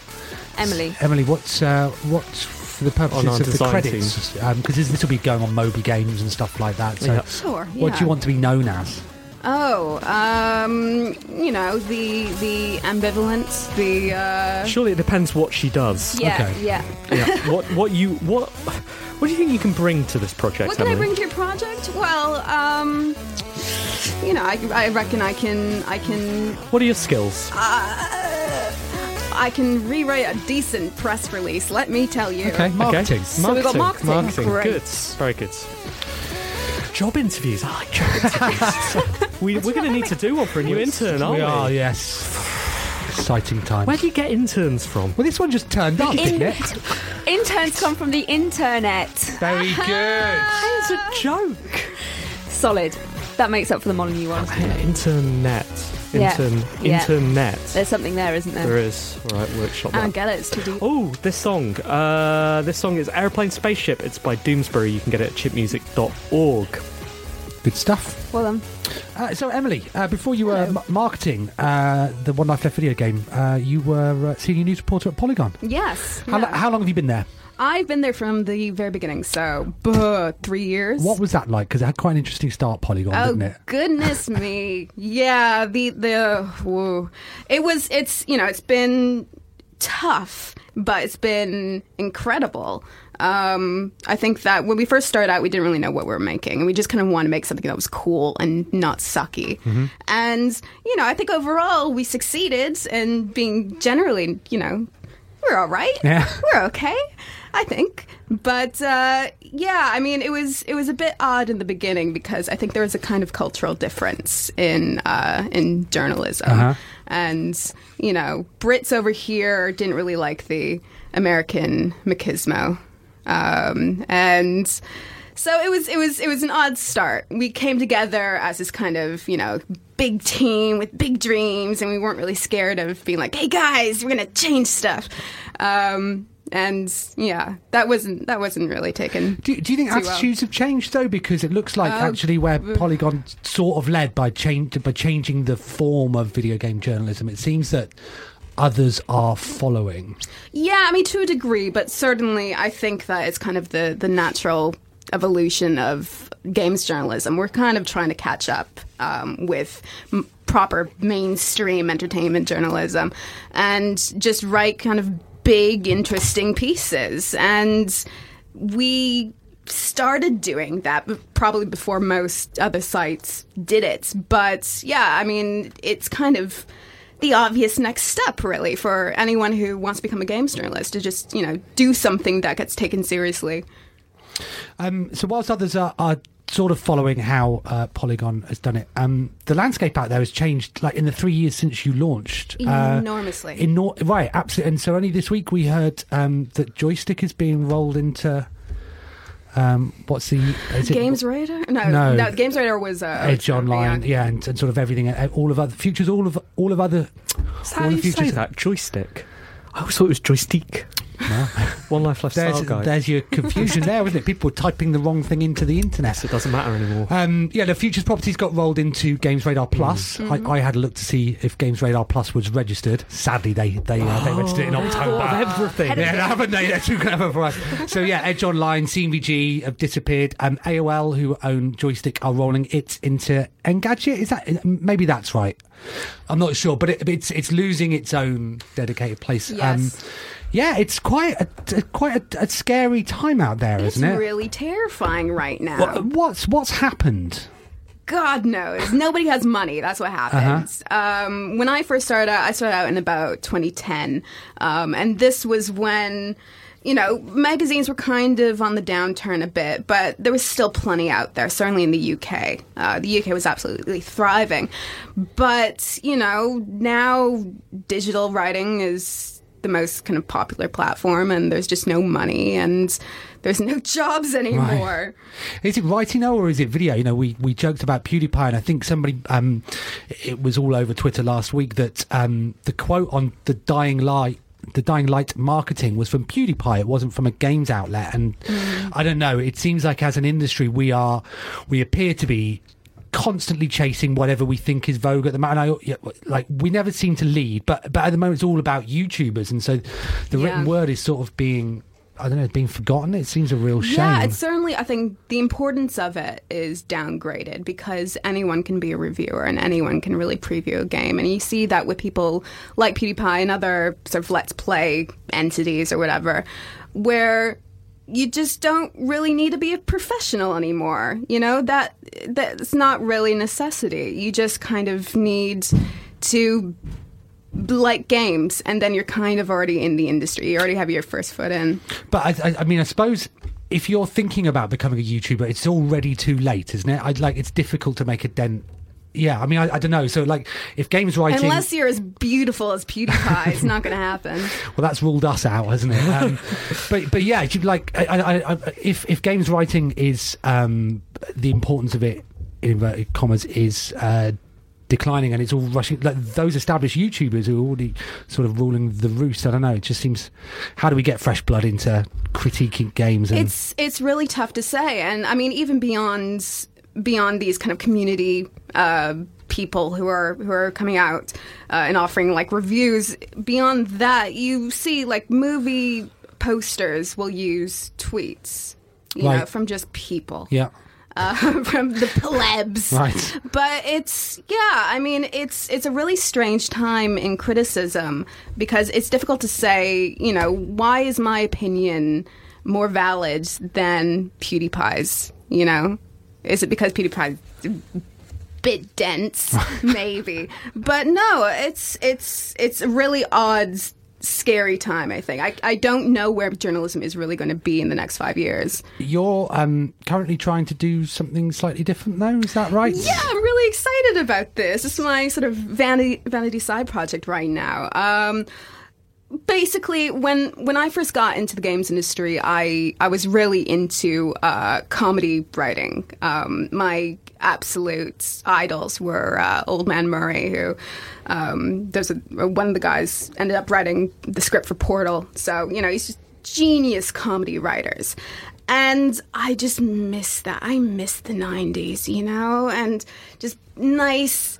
Speaker 6: Emily.
Speaker 5: Emily, what's uh, what's for the
Speaker 4: On our
Speaker 5: purposes of the
Speaker 4: design
Speaker 5: credits? Because this will be going on Moby Games and stuff like that. So
Speaker 4: Yeah.
Speaker 7: Sure.
Speaker 5: what do
Speaker 7: yeah.
Speaker 5: you want to be known as?
Speaker 7: Oh, um, you know the the ambivalence, the uh,
Speaker 4: Surely it depends what she does.
Speaker 6: Yeah,
Speaker 5: Okay.
Speaker 6: yeah.
Speaker 4: yeah. What what you what what do you think you can bring to this project?
Speaker 7: What can I
Speaker 4: Emily?
Speaker 7: bring to your project? Well, um, you know, I, I reckon I can, I can,
Speaker 4: What are your skills?
Speaker 7: uh, I can rewrite a decent press release. Let me tell you.
Speaker 5: Okay, marketing.
Speaker 4: marketing.
Speaker 7: we got marketing. Great.
Speaker 4: Good. Very good. Job interviews. I like job interviews. we, we're going to need to do one for a new intern, aren't
Speaker 5: we
Speaker 4: we?
Speaker 5: are yes. Exciting times.
Speaker 4: Where do you get interns from?
Speaker 5: well, this one just turned up,
Speaker 6: In-
Speaker 5: didn't it?
Speaker 6: Interns come from the internet.
Speaker 5: Very good.
Speaker 4: It's a joke.
Speaker 6: Solid. That makes up for the Molyneux one.
Speaker 4: Internet.
Speaker 6: Yeah.
Speaker 4: Intern.
Speaker 6: Yeah.
Speaker 4: Internet.
Speaker 6: There's something there, isn't there?
Speaker 4: There is. All right, workshop
Speaker 7: I
Speaker 4: that.
Speaker 7: don't get it. It's too deep.
Speaker 4: Oh, this song. Uh, this song is Airplane Spaceship. It's by Doomsbury. You can get it at chipmusic.org.
Speaker 5: Good stuff.
Speaker 6: Well then.
Speaker 5: Uh, so, Emily, uh, before you were m- marketing uh, the One Life Left video game, uh, you were uh, senior news reporter at Polygon.
Speaker 7: Yes.
Speaker 5: How, lo-
Speaker 7: yeah.
Speaker 5: how long have you been there?
Speaker 7: I've been there from the very beginning, so buh, three years.
Speaker 5: What was that like? Because it had quite an interesting start, Polygon,
Speaker 7: Oh
Speaker 5: didn't it?
Speaker 7: goodness me! Yeah, the the woo. it was. It's you know it's been tough, but it's been incredible. Um, I think that when we first started out, we didn't really know what we were making, and we just kind of wanted to make something that was cool and not sucky.
Speaker 5: Mm-hmm.
Speaker 7: And you know, I think overall we succeeded in being generally, you know, we're all right.
Speaker 5: Yeah.
Speaker 7: We're okay, I think. But uh, yeah, I mean, it was it was a bit odd in the beginning because I think there was a kind of cultural difference in uh, in journalism,
Speaker 5: Uh-huh.
Speaker 7: and you know, Brits over here didn't really like the American machismo, um, and. So it was it was it was an odd start. We came together as this kind of, you know, big team with big dreams and we weren't really scared of being like, "Hey guys, we're going to change stuff." Um and yeah, that wasn't that wasn't really taken.
Speaker 5: Do, do you think
Speaker 7: Too well.
Speaker 5: attitudes have changed though? Because it looks like
Speaker 7: Oh,
Speaker 5: actually where
Speaker 7: w-
Speaker 5: Polygon sort of led by change by changing the form of video game journalism, it seems that others are following.
Speaker 7: Yeah, I mean to a degree, but certainly I think that it's kind of the the natural evolution of games journalism. We're kind of trying to catch up um, with m- proper mainstream entertainment journalism and just write kind of big, interesting pieces. And we started doing that b- probably before most other sites did it. But yeah, I mean, it's kind of the obvious next step really for anyone who wants to become a games journalist to just you know do something that gets taken seriously
Speaker 5: Um, so whilst others are, are sort of following how uh, Polygon has done it, um, the landscape out there has changed. Like in the three years since you launched, uh,
Speaker 7: enormously
Speaker 5: Enor- right, absolutely. And so only this week we heard um, that joystick is being rolled into. Um, what's the is it-
Speaker 7: games radar no,
Speaker 5: No.
Speaker 7: no games radar was uh,
Speaker 5: Edge Online,
Speaker 7: yeah.
Speaker 5: yeah, and, and sort of everything, uh, all of other futures, all of all of other.
Speaker 4: How
Speaker 5: all
Speaker 4: do
Speaker 5: of
Speaker 4: you say
Speaker 5: futures-
Speaker 4: that? Joystick. I always thought it was joystick. One Life Left
Speaker 5: There's,
Speaker 4: Style Guide.
Speaker 5: there's your confusion there, isn't it? People were typing the wrong thing into the internet.
Speaker 4: it doesn't matter anymore.
Speaker 5: Um, yeah, the futures properties got rolled into Games Radar Plus. I, I had a look to see if Games Radar Plus was registered. Sadly, they they, uh, they registered it in October.
Speaker 4: everything.
Speaker 5: Yeah, haven't they? They're too clever for us. So yeah, Edge Online, CVG have disappeared. Um, AOL, who own Joystick, are rolling it into Engadget. Is that maybe that's right? I'm not sure, but it, it's it's losing its own dedicated place. Um,
Speaker 7: Yes.
Speaker 5: yeah, it's quite a, quite a, a scary time out there,
Speaker 7: It's
Speaker 5: not it?
Speaker 7: really terrifying right now.
Speaker 5: What- what's what's happened?
Speaker 7: God knows. Nobody has money. That's what happens. Um, when I first started out, I started out in about 2010. Um, and this was when, you know, magazines were kind of on the downturn a bit, but there was still plenty out there, certainly in the UK. Uh, the UK was absolutely thriving. But, you know, now digital writing is the most kind of popular platform, and there's just no money, and there's no jobs anymore.
Speaker 5: Is it writing now or is it video? You know, we, we joked about PewDiePie, and I think somebody, um, it was all over Twitter last week that um, the quote on the dying light. The dying light marketing was from PewDiePie. It wasn't from a games outlet, and
Speaker 7: Mm.
Speaker 5: I don't know. It seems like as an industry, we are, we appear to be constantly chasing whatever we think is vogue at the moment. And I, yeah, like we never seem to lead, but but at the moment, it's all about YouTubers, and so the written
Speaker 7: Yeah.
Speaker 5: word is sort of being, I don't know, being forgotten. It seems a real shame.
Speaker 7: Yeah, it's certainly. I think the importance of it is downgraded because anyone can be a reviewer and anyone can really preview a game, and you see that with people like PewDiePie and other sort of let's play entities or whatever, where you just don't really need to be a professional anymore. You know that that's not really a necessity. You just kind of need to like games and then you're kind of already in the industry you already have your first foot in
Speaker 5: But I, I, I mean, I suppose if you're thinking about becoming a YouTuber, it's already too late, isn't it? I'd like it's difficult to make a dent. Yeah, I mean, I, I don't know. So, like, if games writing,
Speaker 7: Unless you're as beautiful as PewDiePie, it's not going to happen.
Speaker 5: well, that's ruled us out, hasn't it? Um, but but yeah, you- like, I, I, I, if if games writing is um, the importance of it in inverted commas is. Uh, declining and it's all rushing like those established youtubers who are already sort of ruling the roost i don't know it just seems how do we get fresh blood into critiquing games and
Speaker 7: It's it's really tough to say, and I mean even beyond beyond these kind of community uh, people who are who are coming out uh, and offering like reviews. Beyond that, you see like movie posters will use tweets, you know,
Speaker 5: Right.
Speaker 7: from just people.
Speaker 5: yeah
Speaker 7: uh, from the plebs.
Speaker 5: Right.
Speaker 7: But it's yeah, I mean it's it's a really strange time in criticism because it's difficult to say, you know, why is my opinion more valid than PewDiePie's, you know? Is it because PewDiePie's a bit dense maybe but no it's it's it's a really odd s- scary time i think I, I don't know where journalism is really going to be in the next five years
Speaker 5: You're um, currently trying to do something slightly different, though. Is that right?
Speaker 7: Yeah, I'm really excited about this. This is my sort of vanity vanity side project right now. Um, basically, when when I first got into the games industry, I I was really into uh, comedy writing. Um, my absolute idols were uh, Old Man Murray, who um, there's a, one of the guys ended up writing the script for Portal. So you know he's just genius comedy writers. And I just miss that. I miss the 90s, you know? And just nice,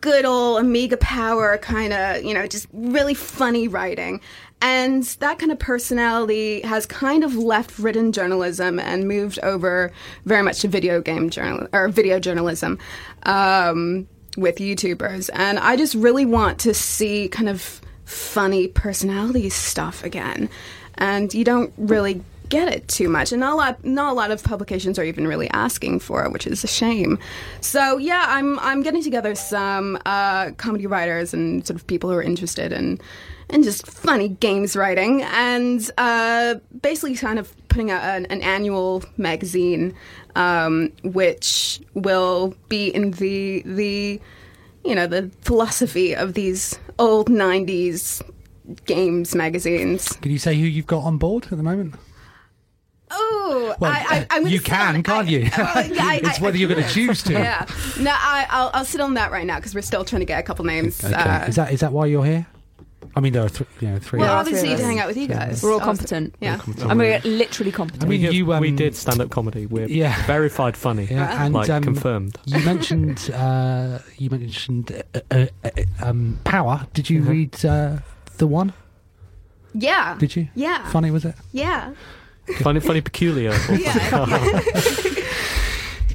Speaker 7: good old Amiga Power kind of, you know, just really funny writing. And that kind of personality has kind of left written journalism and moved over very much to video game journal or video journalism um, with YouTubers. And I just really want to see kind of funny personality stuff again, and you don't really get it too much. And not a lot, not a lot of publications are even really asking for it, which is a shame. So yeah, I'm I'm getting together some uh, comedy writers and sort of people who are interested in and just funny games writing, and uh, basically kind of putting out an, an annual magazine, um, which will be in the the you know the philosophy of these old 90s games magazines
Speaker 5: Can you say who you've got on board at the moment?
Speaker 7: oh
Speaker 5: Well,
Speaker 7: I, I, I'm gonna
Speaker 5: you
Speaker 7: sit
Speaker 5: can,
Speaker 7: on-
Speaker 5: can't
Speaker 7: I-
Speaker 5: you?
Speaker 7: well, yeah, I-
Speaker 5: it's
Speaker 7: I-
Speaker 5: whether
Speaker 7: I
Speaker 5: you're going to
Speaker 7: could.
Speaker 5: choose to.
Speaker 7: yeah no I, I'll, I'll sit on that right now because we're still trying to get a couple names
Speaker 5: Okay.
Speaker 7: uh,
Speaker 5: is that is that why you're here? I mean, there are th- you know, three.
Speaker 7: Well,
Speaker 6: Yeah,
Speaker 7: obviously,
Speaker 6: three
Speaker 7: you
Speaker 6: of
Speaker 7: to
Speaker 6: us.
Speaker 7: hang out with you guys.
Speaker 6: We're all
Speaker 7: Obviously.
Speaker 6: competent.
Speaker 7: Yeah.
Speaker 6: And we're literally competent.
Speaker 5: I mean,
Speaker 4: we, have-
Speaker 5: you, um,
Speaker 4: we did stand up comedy. We're
Speaker 5: Yeah.
Speaker 4: verified funny.
Speaker 7: Uh-huh.
Speaker 5: Yeah, and
Speaker 4: like
Speaker 5: um,
Speaker 4: confirmed.
Speaker 5: you mentioned uh, you mentioned uh, uh, uh, um, power. Did you
Speaker 4: Mhm.
Speaker 5: read uh, the one?
Speaker 7: Yeah.
Speaker 5: Did you?
Speaker 7: Yeah.
Speaker 5: Funny was it?
Speaker 7: Yeah.
Speaker 4: Funny, funny, peculiar. or-
Speaker 7: Yeah.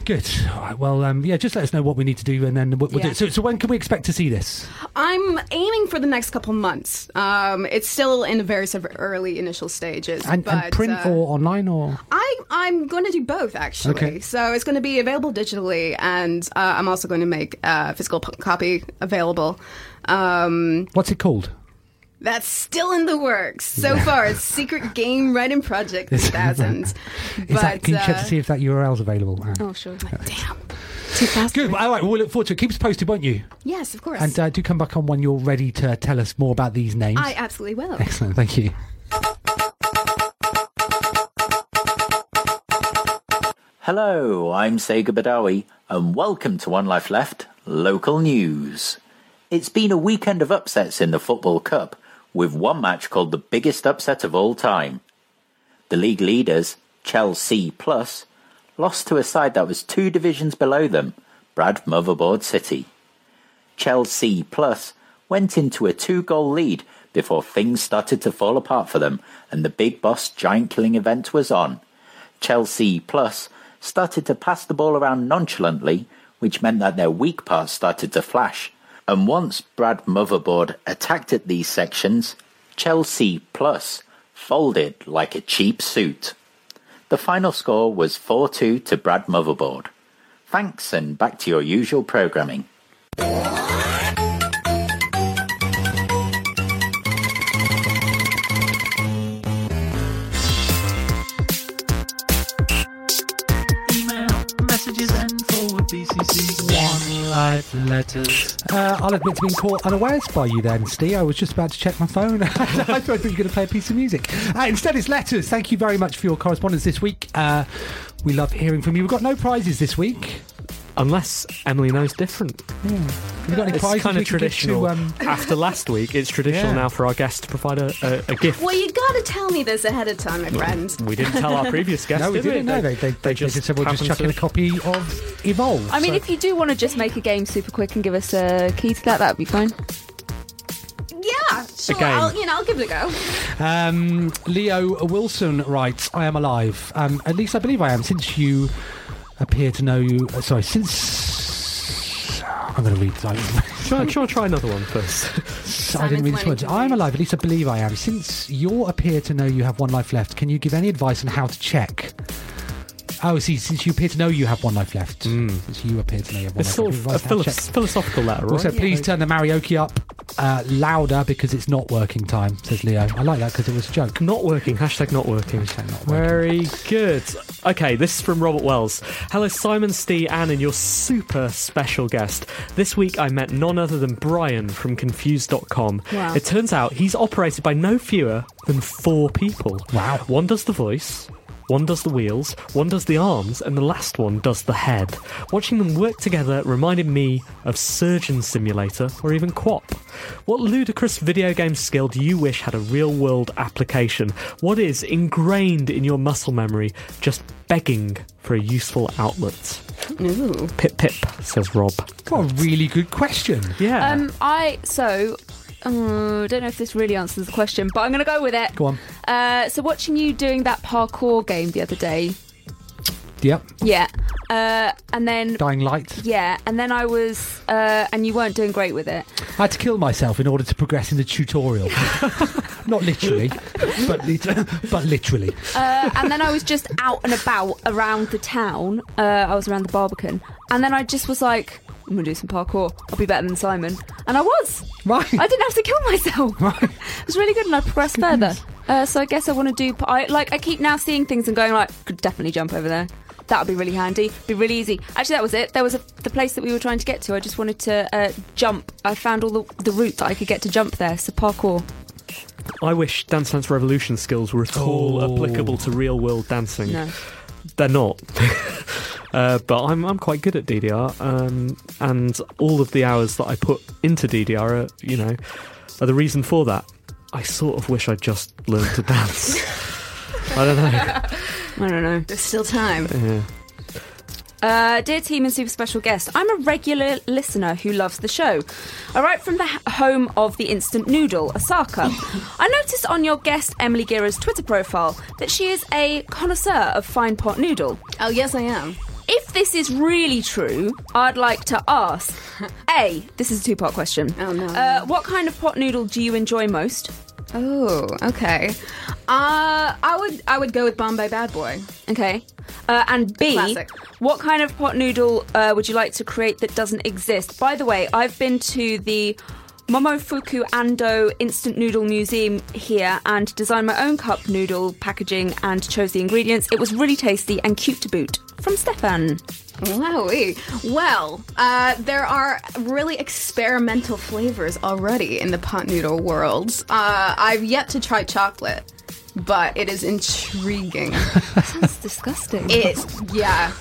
Speaker 5: Good. All right. Well, um, yeah. Just let us know what we need to do, and then we'll, we'll do
Speaker 6: Yeah.
Speaker 5: it. So, so when can we expect to see this?
Speaker 7: I'm aiming for the next couple months. Um, it's still in the very sort of early initial stages.
Speaker 5: And,
Speaker 7: but,
Speaker 5: and print
Speaker 7: uh,
Speaker 5: or online or?
Speaker 7: I, I'm going to do both, actually.
Speaker 5: Okay.
Speaker 7: So it's going to be available digitally, and uh, I'm also going to make a physical p- copy available. Um,
Speaker 5: What's it called?
Speaker 7: that's still in the works. So far, it's Secret Game Writing Project 2000.
Speaker 5: Is that, can you check
Speaker 7: uh,
Speaker 5: to see if that URL's available? Uh, Anne?
Speaker 6: oh, sure.
Speaker 7: Damn. Too fast.
Speaker 5: Good. All right. We'll look forward to it. Keep us posted, won't you?
Speaker 7: Yes, of course.
Speaker 5: And uh, do come back on when you're ready to tell us more about these names.
Speaker 7: I absolutely will.
Speaker 5: Excellent. Thank you.
Speaker 8: Hello, I'm Sega Badawi, and welcome to One Life Left Local News. It's been a weekend of upsets in the Football Cup, with one match called the biggest upset of all time. The league leaders, Chelsea Plus, lost to a side that was two divisions below them, Brad Motherboard City. Chelsea Plus went into a two goal lead before things started to fall apart for them and the big boss giant killing event was on. Chelsea Plus started to pass the ball around nonchalantly, which meant that their weak parts started to flash. And once Brad Motherboard attacked at these sections, Chelsea Plus folded like a cheap suit. The final score was 4 2 to Brad Motherboard. Thanks and back to your usual programming.
Speaker 5: Uh, I'll admit to being caught unawares by you then, Steve. I was just about to check my phone. I thought you were going to play a piece of music. Uh, instead, it's letters. Thank you very much for your correspondence this week. Uh, we love hearing from you. We've got no prizes this week.
Speaker 4: Unless Emily knows different.
Speaker 5: Have you got any
Speaker 4: It's
Speaker 5: prizes
Speaker 4: kind
Speaker 5: we
Speaker 4: of
Speaker 5: could give to,
Speaker 4: traditional.
Speaker 5: um,
Speaker 4: After last week, it's traditional
Speaker 5: Yeah.
Speaker 4: now for our guests to provide a, a, a gift.
Speaker 7: Well, you got to tell me this ahead of time, my friend.
Speaker 4: We didn't tell our previous guests,
Speaker 5: no, we
Speaker 4: did
Speaker 5: didn't.
Speaker 4: we?
Speaker 5: No, they, they, they, just, said we'll
Speaker 4: happened
Speaker 5: just chuck in
Speaker 4: to-
Speaker 5: a copy of Evolve.
Speaker 6: I mean,
Speaker 5: So-
Speaker 6: if you do want to just make a game super quick and give us a key to that, that would be fine.
Speaker 7: Yeah, sure.
Speaker 4: Again.
Speaker 7: I'll, you know, I'll give it a go.
Speaker 5: Um, Leo Wilson writes, I am alive. Um, at least I believe I am, since you appear to know. uh, Sorry, since. I'm going to read. I,
Speaker 4: Try, try, try another one first.
Speaker 5: I didn't read
Speaker 7: Simon's
Speaker 5: this word.
Speaker 7: learning
Speaker 5: I'm alive, at least I believe I am. Since you appear to know you have one life left, can you give any advice on how to check? Oh, see, since you appear to know you have one life left. Since you appear to know you have one
Speaker 4: Hmm. It's
Speaker 5: life
Speaker 4: sort
Speaker 5: left.
Speaker 4: of
Speaker 5: advice
Speaker 4: a
Speaker 5: on how to
Speaker 4: philosoph-
Speaker 5: check.
Speaker 4: philosophical letter, right?
Speaker 5: Also, please turn the karaoke up uh, louder because it's not working time, says Leo. I like that because it was a joke.
Speaker 4: Not working. Hashtag not working.
Speaker 5: Hashtag not working.
Speaker 4: Very good. Okay, this is from Robert Wells. Hello, Simon, Steve, Anne, and your super special guest. This week I met none other than Brian from Confused.com.
Speaker 6: Wow.
Speaker 4: It turns out he's operated by no fewer than four people.
Speaker 5: Wow.
Speaker 4: One does the voice. One does the wheels, one does the arms, and the last one does the head. Watching them work together reminded me of Surgeon Simulator or even Quap. What ludicrous video game skill do you wish had a real world application? What is ingrained in your muscle memory just begging for a useful outlet?
Speaker 7: Ooh.
Speaker 4: Pip pip, says Rob.
Speaker 5: What a really good question.
Speaker 4: Yeah.
Speaker 6: Um, I so uh, don't know if this really answers the question, but I'm going to go with it.
Speaker 5: Go on.
Speaker 6: Uh, so watching you doing that parkour game the other day,
Speaker 5: Yep.
Speaker 6: yeah, uh, and then
Speaker 5: Dying light.
Speaker 6: yeah, and then I was, uh, and you weren't doing great with it.
Speaker 5: I had to kill myself in order to progress in the tutorial. Not literally, but lit- but literally.
Speaker 6: Uh, and then I was just out and about around the town. Uh, I was around the Barbican, and then I just was like, I'm going to do some parkour. I'll be better than Simon, and I was.
Speaker 5: Right.
Speaker 6: I didn't have to kill myself.
Speaker 5: Right.
Speaker 6: It was really good, and I progressed further. Uh, so I guess I want to do. I like. I keep now seeing things and going like, could definitely jump over there. That would be really handy. Be really easy. Actually, that was it. There was a, the place that we were trying to get to. I just wanted to uh, jump. I found all the, the route that I could get to jump there. So parkour.
Speaker 4: I wish Dance Dance Revolution skills were at all
Speaker 5: Oh.
Speaker 4: applicable to real world dancing.
Speaker 6: No.
Speaker 4: They're not. uh, but I'm, I'm quite good at DDR, um, and all of the hours that I put into DDR are, you know, are the reason for that. I sort of wish I just learned to dance. I don't know.
Speaker 6: I don't know.
Speaker 7: There's still time.
Speaker 6: Uh, dear team and super special guest, I'm a regular listener who loves the show. I write from the h- home of the instant noodle, Osaka. I noticed on your guest Emily Guerra's Twitter profile that she is a connoisseur of fine pot noodle.
Speaker 7: Oh, yes, I am.
Speaker 6: If this is really true, I'd like to ask A, this is a two part question.
Speaker 7: Oh, no.
Speaker 6: Uh, what kind of pot noodle do you enjoy most?
Speaker 7: Oh, okay. Uh, I would I would go with Bombay Bad Boy.
Speaker 6: Okay. Uh, and B,
Speaker 7: Classic.
Speaker 6: what kind of pot noodle uh, would you like to create that doesn't exist? By the way, I've been to the Momofuku Ando Instant Noodle Museum here and designed my own cup noodle packaging and chose the ingredients. It was really tasty and cute to boot. From Stefan.
Speaker 7: Wowee. Well, uh, there are really experimental flavors already in the pot noodle world. Uh, I've yet to try chocolate, but it is intriguing.
Speaker 6: That's disgusting.
Speaker 7: it, yeah.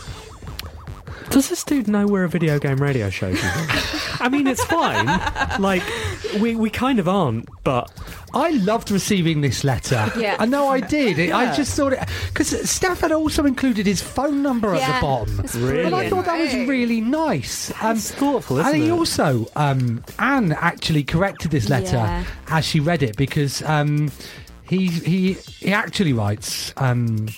Speaker 4: Does this dude know we're a video game radio show? do you think? I mean, it's fine. Like, we, we kind of aren't, but
Speaker 5: I loved receiving this letter.
Speaker 7: Yeah.
Speaker 5: I know I did. It, I just thought it because Steph had also included his phone number at
Speaker 7: Yeah.
Speaker 5: the bottom,
Speaker 7: It's
Speaker 5: and I
Speaker 7: brilliant.
Speaker 5: thought that was
Speaker 7: Right.
Speaker 5: really nice. Um,
Speaker 4: it's thoughtful, isn't
Speaker 5: and he
Speaker 4: it?
Speaker 5: also um, Anne actually corrected this letter
Speaker 6: Yeah.
Speaker 5: as she read it because um, he he he actually writes. Um,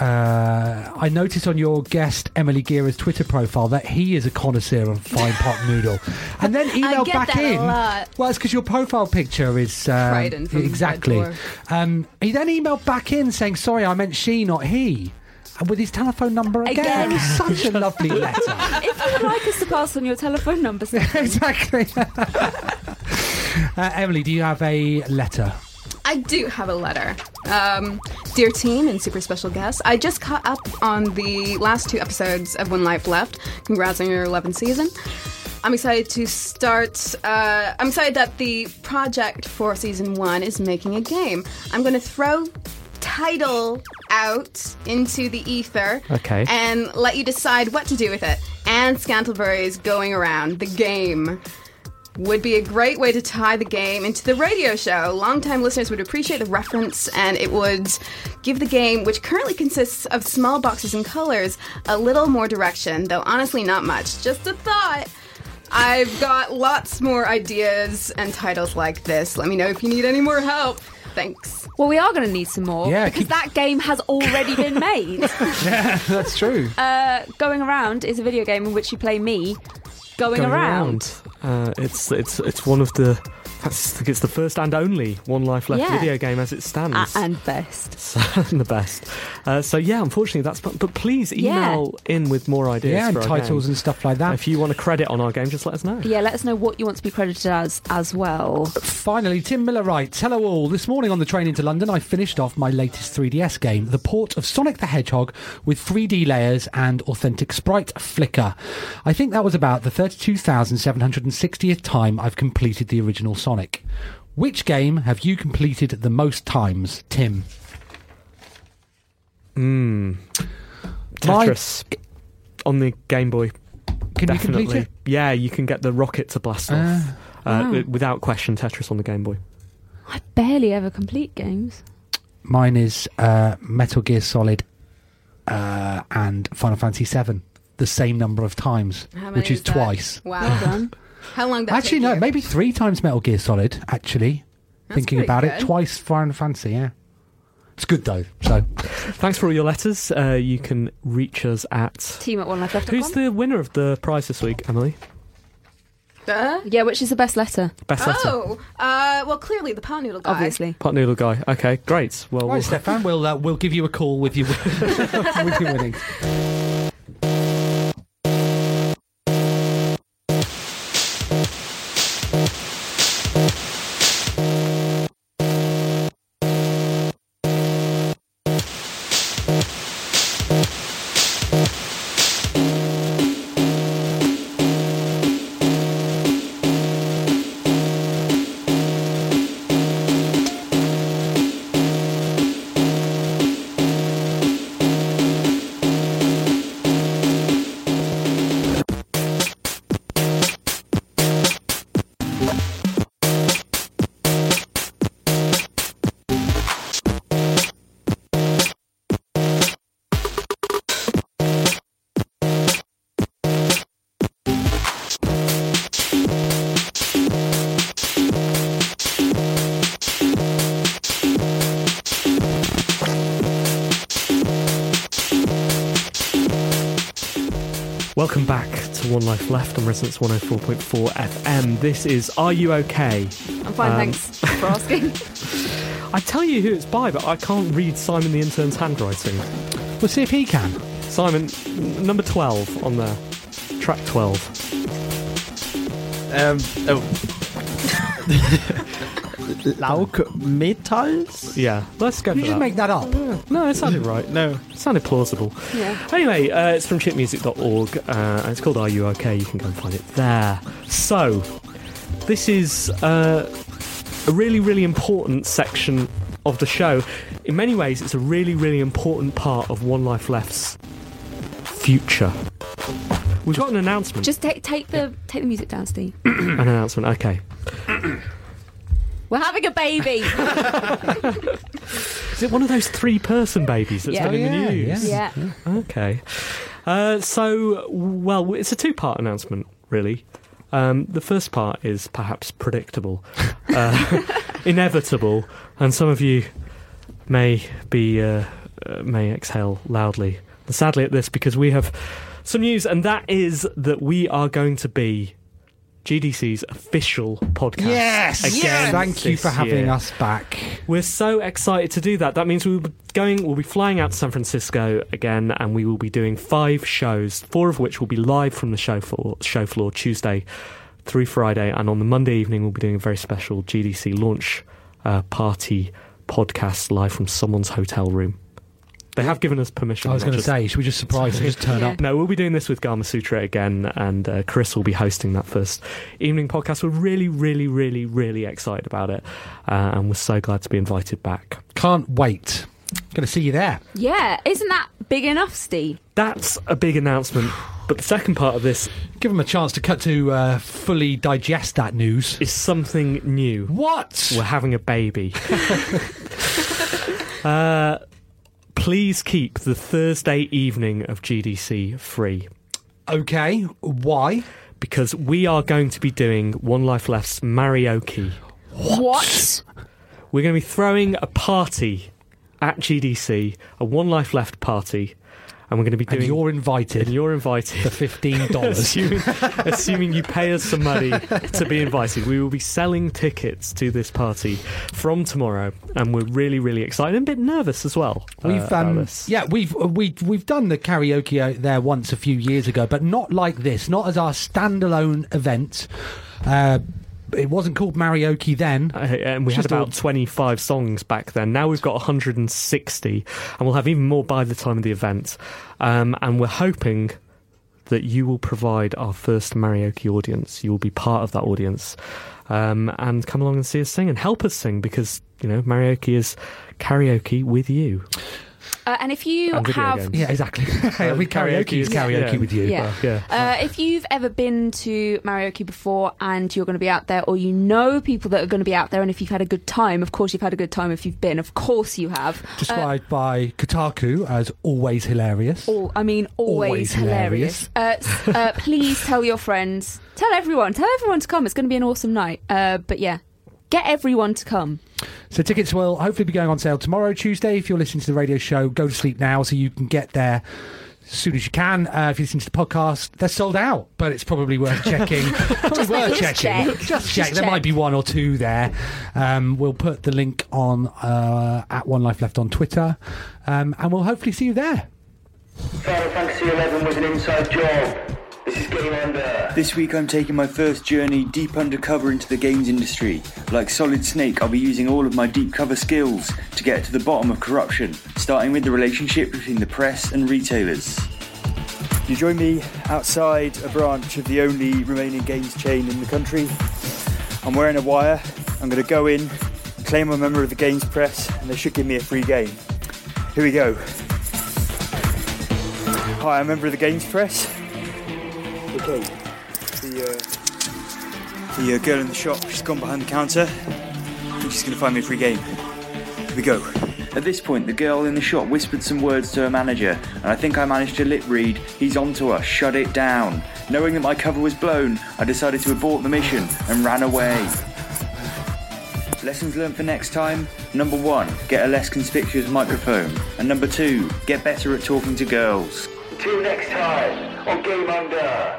Speaker 5: uh, I noticed on your guest Emily Guerra's Twitter profile that he is a connoisseur of fine pot noodle, and then emailed
Speaker 7: get
Speaker 5: back
Speaker 7: that a
Speaker 5: in.
Speaker 7: lot.
Speaker 5: Well, it's because your profile picture is uh,
Speaker 7: Raiden from
Speaker 5: exactly.
Speaker 7: Red
Speaker 5: Um, he then emailed back in saying, "Sorry, I meant she, not he," and with his telephone number again.
Speaker 6: Again.
Speaker 5: It was such a lovely letter.
Speaker 6: if you would like us to pass on your telephone number, Stefan.
Speaker 5: exactly. uh, Emily, do you have a letter?
Speaker 7: I do have a letter. Um, dear team and super special guest, I just caught up on the last two episodes of One Life Left. Congrats on your 11th season. I'm excited to start. Uh, I'm excited that the project for season one is making a game. I'm going to throw title out into the ether
Speaker 4: Okay.
Speaker 7: and let you decide what to do with it. And Scantlebury's going around the game would be a great way to tie the game into the radio show. Longtime listeners would appreciate the reference, and it would give the game, which currently consists of small boxes and colors, a little more direction, though honestly, not much. Just a thought. I've got lots more ideas and titles like this. Let me know if you need any more help. Thanks.
Speaker 6: Well, we are going to need some more
Speaker 5: Yeah,
Speaker 6: because
Speaker 5: keep-
Speaker 6: that game has already been made.
Speaker 5: That's true.
Speaker 6: uh, going around is a video game in which you play me going, around.
Speaker 4: Uh, it's it's it's one of the. I think it's the first and only One Life Left
Speaker 6: Yeah.
Speaker 4: video game as it stands.
Speaker 6: A- and best.
Speaker 4: So- the best. Uh, so yeah, unfortunately, that's. But, but please
Speaker 6: Yeah.
Speaker 4: email in with more ideas.
Speaker 5: yeah,
Speaker 4: for
Speaker 5: and
Speaker 4: our
Speaker 5: titles
Speaker 4: game.
Speaker 5: and stuff like that.
Speaker 4: If you want a credit on our game, just let us know.
Speaker 6: Yeah, let us know what you want to be credited as as well.
Speaker 5: Finally, Tim Miller writes Hello, all. This morning on the train into London, I finished off my latest 3DS game, The Port of Sonic the Hedgehog, with 3D layers and authentic sprite flicker. I think that was about the 32,760th time I've completed the original Sonic. Which game have you completed the most times, Tim? My-
Speaker 4: Tetris on the Game Boy.
Speaker 5: Can
Speaker 4: definitely.
Speaker 5: you complete it? Ah.
Speaker 4: Yeah, you can get the rocket to blast off. Uh, uh, Without question, Tetris on the Game Boy.
Speaker 6: I barely ever complete games.
Speaker 5: Mine is uh, Metal Gear Solid uh, and Final Fantasy VII. The same number of times, which is, twice.
Speaker 7: Wow. How long? That
Speaker 5: Actually,
Speaker 7: take
Speaker 5: no,
Speaker 7: you?
Speaker 5: maybe three times Metal Gear Solid. Actually, thinking
Speaker 7: pretty
Speaker 5: about it,
Speaker 7: good.
Speaker 5: twice Final Fantasy. Yeah, it's good though. So
Speaker 4: Thanks for all your letters. Uh, you can reach us at.
Speaker 6: Team at one life left.
Speaker 4: Who's the winner of the prize this week, Emily?
Speaker 7: Uh,
Speaker 6: Yeah, which is the best letter?
Speaker 4: Best letter.
Speaker 7: oh, uh, well, clearly the pot noodle guy.
Speaker 6: Obviously.
Speaker 4: Pot noodle guy. Okay, great. Well,
Speaker 5: right,
Speaker 4: we'll-
Speaker 5: Stefan, we'll uh, we'll give you a call with your with your winnings.
Speaker 4: Welcome back to One oh Life Left on Resonance 104.4 FM. This is Are You Okay?
Speaker 6: I'm fine,
Speaker 4: Um,
Speaker 6: thanks for asking.
Speaker 4: I tell you who it's by, but I can't read Simon the Intern's handwriting.
Speaker 5: We'll see if he can.
Speaker 4: Simon, n- number 12 on there. Track 12.
Speaker 5: Um,
Speaker 10: Ähm, oh. Lauk Metals?
Speaker 4: Yeah, let's go for
Speaker 5: You just
Speaker 4: that.
Speaker 5: make that up.
Speaker 4: No, it sounded right.
Speaker 10: No.
Speaker 4: It sounded plausible.
Speaker 6: Yeah.
Speaker 4: Anyway, uh, it's from chipmusic.org uh, and it's called Are You OK? You can go and find it there. So, this is uh, a really, really important section of the show. In many ways, it's a really, really important part of One Life Left's future. We've got an announcement.
Speaker 6: Just take take the take the music down, Steve.
Speaker 4: an announcement, okay.
Speaker 6: We're having a baby.
Speaker 4: Is it one of those three person babies that's
Speaker 6: Yeah.
Speaker 4: been in
Speaker 5: Oh,
Speaker 4: the
Speaker 5: yeah,
Speaker 4: news?
Speaker 6: yeah.
Speaker 4: Okay. Uh, so, well, it's a two part announcement, really. Um, the first part is perhaps predictable, uh, inevitable, and some of you may be uh, uh, may exhale loudly and sadly at this because we have some news, and that is that we are going to be GDC's official podcast.
Speaker 5: Yes!
Speaker 4: again
Speaker 5: Thank you
Speaker 4: this
Speaker 5: for having
Speaker 4: year.
Speaker 5: us back.
Speaker 4: We're so excited to do that. That means we'll be going, we'll be flying out to San Francisco again, and we will be doing five shows, four of which will be live from the show floor, show floor Tuesday through Friday, and on the Monday evening we'll be doing a very special GDC launch uh, party podcast live from someone's hotel room. They have given us permission.
Speaker 5: I was
Speaker 4: not
Speaker 5: going to
Speaker 4: just-
Speaker 5: say, should we just surprise him? Just turn
Speaker 6: Yeah.
Speaker 5: up.
Speaker 4: no, we'll be doing this with Gama Sutra again, and uh, Chris will be hosting that first evening podcast. We're really, really, really, really excited about it, uh, and we're so glad to be invited back.
Speaker 5: Can't wait. Going to see you there.
Speaker 6: yeah, isn't that big enough, Steve?
Speaker 4: That's a big announcement. But the second part of this
Speaker 5: Give him a chance to cut to uh, fully digest that news.
Speaker 4: is something new.
Speaker 5: What?
Speaker 4: We're having a baby. uh, please keep the Thursday evening of GDC free
Speaker 5: Okay. Why?
Speaker 4: because we are going to be doing One Life Left's karaoke.
Speaker 6: What?
Speaker 4: We're going to be throwing a party at GDC, a One Life Left party, and we're going to be
Speaker 5: And
Speaker 4: doing.
Speaker 5: you're
Speaker 4: and
Speaker 5: invited
Speaker 4: you're
Speaker 5: for
Speaker 4: invited.
Speaker 5: fifteen dollars.
Speaker 4: assuming, assuming you pay us some money to be invited. We will be selling tickets to this party from tomorrow, and we're really, really excited and a bit nervous as well. uh,
Speaker 5: We've
Speaker 4: about
Speaker 5: um,
Speaker 4: this.
Speaker 5: yeah we've uh, we we've done the karaoke out there once a few years ago, but not like this. Not as our standalone event. Uh, it wasn't called karaoke then.
Speaker 4: Uh, and we had
Speaker 5: Just all-
Speaker 4: about 25 songs back then. Now we've got 160, and we'll have even more by the time of the event. Um, and we're hoping that you will provide our first karaoke audience. You will be part of that audience. Um, and come along and see us sing and help us sing because, you know, karaoke is karaoke with you.
Speaker 6: Uh, and if you
Speaker 4: And video
Speaker 6: have
Speaker 4: games.
Speaker 5: Yeah, exactly. I
Speaker 4: karaoke
Speaker 5: mean, karaoke
Speaker 4: is-
Speaker 5: is karaoke
Speaker 4: yeah.
Speaker 5: with you.
Speaker 6: Yeah.
Speaker 4: Yeah.
Speaker 6: Uh, if you've ever been to karaoke before and you're going to be out there, or you know people that are going to be out there, and if you've had a good time, of course you've had a good time. If you've been, of course you have. Uh,
Speaker 5: Described by Kotaku as always hilarious.
Speaker 6: all, I mean, always,
Speaker 5: Always
Speaker 6: hilarious. Uh, s- uh, please tell your friends, tell everyone, tell everyone to come. It's going to be an awesome night. Uh, but yeah, get everyone to come.
Speaker 5: So tickets will hopefully be going on sale tomorrow, Tuesday. If you're listening to the radio show, go to sleep now so you can get there as soon as you can. Uh, if you're listening to the podcast, they're sold out, but it's probably worth checking. probably
Speaker 6: Just
Speaker 5: worth
Speaker 6: maybe just
Speaker 5: checking.
Speaker 6: check.
Speaker 5: Just check.
Speaker 6: Just
Speaker 5: there
Speaker 6: check.
Speaker 5: might be one or two there. Um, we'll put the link on uh, at One Life Left on Twitter, um, and we'll hopefully see you there.
Speaker 11: Final Fantasy XI was an inside job. This is Game Under. This week I'm taking my first journey deep undercover into the games industry. Like Solid Snake, I'll be using all of my deep cover skills to get to the bottom of corruption, starting with the relationship between the press and retailers. You join me outside a branch of the only remaining games chain in the country. I'm wearing a wire. I'm going to go in, claim a member of the games press, and they should give me a free game. Here we go. Hi, I'm a member of the Games Press. Okay. The, uh, the uh, girl in the shop, she's gone behind the counter. I think she's going to find me a free game. Here we go. At this point, the girl in the shop whispered some words to her manager, and I think I managed to lip read, He's on to us, shut it down. Knowing that my cover was blown, I decided to abort the mission and ran away. Lessons learned for next time. Number one, get a less conspicuous microphone. And number two, get better at talking to girls.
Speaker 9: Till next time on Game Under.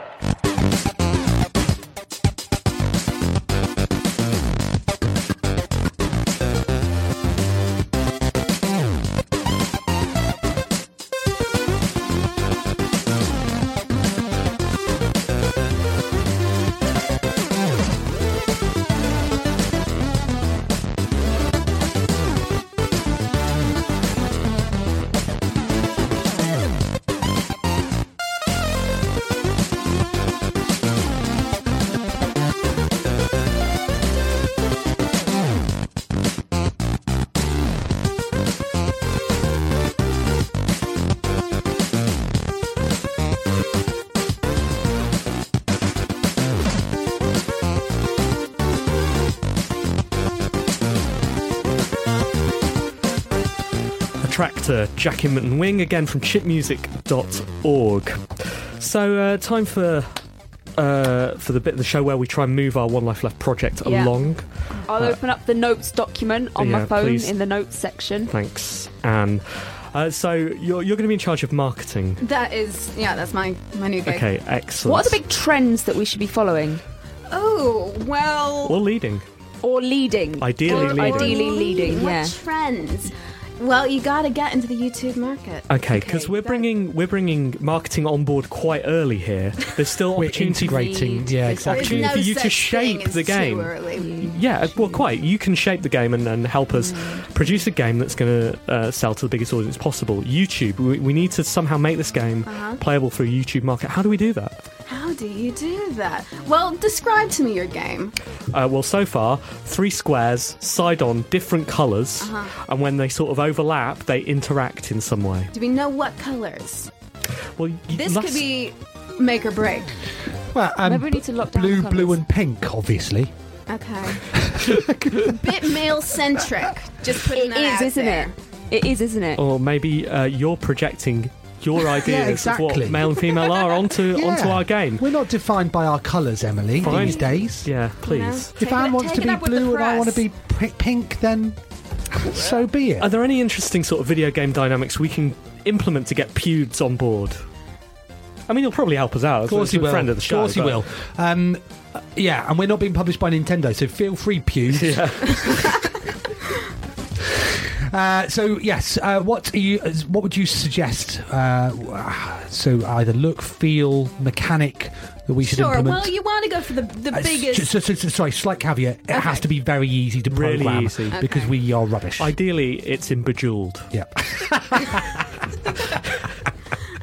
Speaker 4: A tractor, Jack and Wing, again from chipmusic.org. So, uh, time for uh, for the bit of the show where we try and move our One Life Left project
Speaker 6: Yeah.
Speaker 4: along.
Speaker 6: I'll
Speaker 4: Uh,
Speaker 6: open up the notes document on my
Speaker 4: yeah,
Speaker 6: phone
Speaker 4: please.
Speaker 6: in the notes section.
Speaker 4: Thanks, Anne. Uh, so, you're, you're going to be in charge of marketing.
Speaker 7: That is, yeah, that's my my new gig.
Speaker 4: Okay, excellent.
Speaker 6: What are the big trends that we should be following
Speaker 7: Oh well.
Speaker 4: Or leading.
Speaker 6: or leading?
Speaker 4: Ideally
Speaker 6: Or
Speaker 4: leading.
Speaker 6: Ideally leading.
Speaker 7: What
Speaker 6: Yeah.
Speaker 7: trends? Well, you got to get into the YouTube market.
Speaker 4: Okay, because we're bringing we're bringing marketing on board quite early here. There's still
Speaker 5: We're
Speaker 4: opportunity
Speaker 5: integrating, yeah,
Speaker 4: there's
Speaker 5: exactly.
Speaker 4: opportunity
Speaker 5: There's
Speaker 4: for
Speaker 5: no
Speaker 4: you to
Speaker 5: such
Speaker 4: shape
Speaker 5: thing as
Speaker 4: the
Speaker 5: too
Speaker 4: game. Yeah, uh, well, quite. You can shape the game and, and help us produce a game that's going to uh, sell to the biggest audience possible. YouTube. We, we need to somehow make this game
Speaker 7: Uh-huh.
Speaker 4: playable through YouTube market. How do we do that?
Speaker 7: How do you do that? Well, describe to me your game.
Speaker 4: Uh, well, so far, three squares side on, different colors
Speaker 7: Uh-huh.
Speaker 4: and when they sort of overlap, they interact in some way.
Speaker 7: Do we know what colors?
Speaker 4: Well, y-
Speaker 7: This
Speaker 4: last-
Speaker 7: could be make or break.
Speaker 5: Well, um,
Speaker 7: Maybe we need to lock down
Speaker 5: blue,
Speaker 7: the
Speaker 5: blue, and pink, obviously.
Speaker 7: Okay. Bit male centric. Just putting
Speaker 6: It
Speaker 7: that
Speaker 6: is,
Speaker 7: out
Speaker 6: isn't
Speaker 7: there.
Speaker 6: it? It is, isn't it?
Speaker 4: or maybe uh, you're projecting your ideas of
Speaker 5: exactly.
Speaker 4: what male and female are onto
Speaker 5: Yeah.
Speaker 4: onto our game.
Speaker 5: We're not defined by our colours, Emily,
Speaker 4: Fine.
Speaker 5: these days.
Speaker 4: Yeah, please.
Speaker 5: If Anne wants to be blue and I want to be p- pink, then so be it.
Speaker 4: Are there any interesting sort of video game dynamics we can implement to get pubes on board? I mean, he'll probably help us out.
Speaker 5: Of course he
Speaker 4: He's a
Speaker 5: will.
Speaker 4: Friend of the show.
Speaker 5: course he
Speaker 4: but-
Speaker 5: will. Um, uh, yeah, and we're not being published by Nintendo, so feel free, pubes. Uh, so yes, uh, what are you? is- What would you suggest? Uh, so either look, feel, mechanic that we should
Speaker 7: Sure.
Speaker 5: implement.
Speaker 7: Well, you want to go for the the
Speaker 5: Uh, s-
Speaker 7: biggest.
Speaker 5: s- s- s- sorry, slight caveat. It has to be very easy to
Speaker 4: Really
Speaker 5: program
Speaker 4: easy. Okay.
Speaker 5: because we are rubbish.
Speaker 4: Ideally, it's in Bejeweled.
Speaker 5: Yep.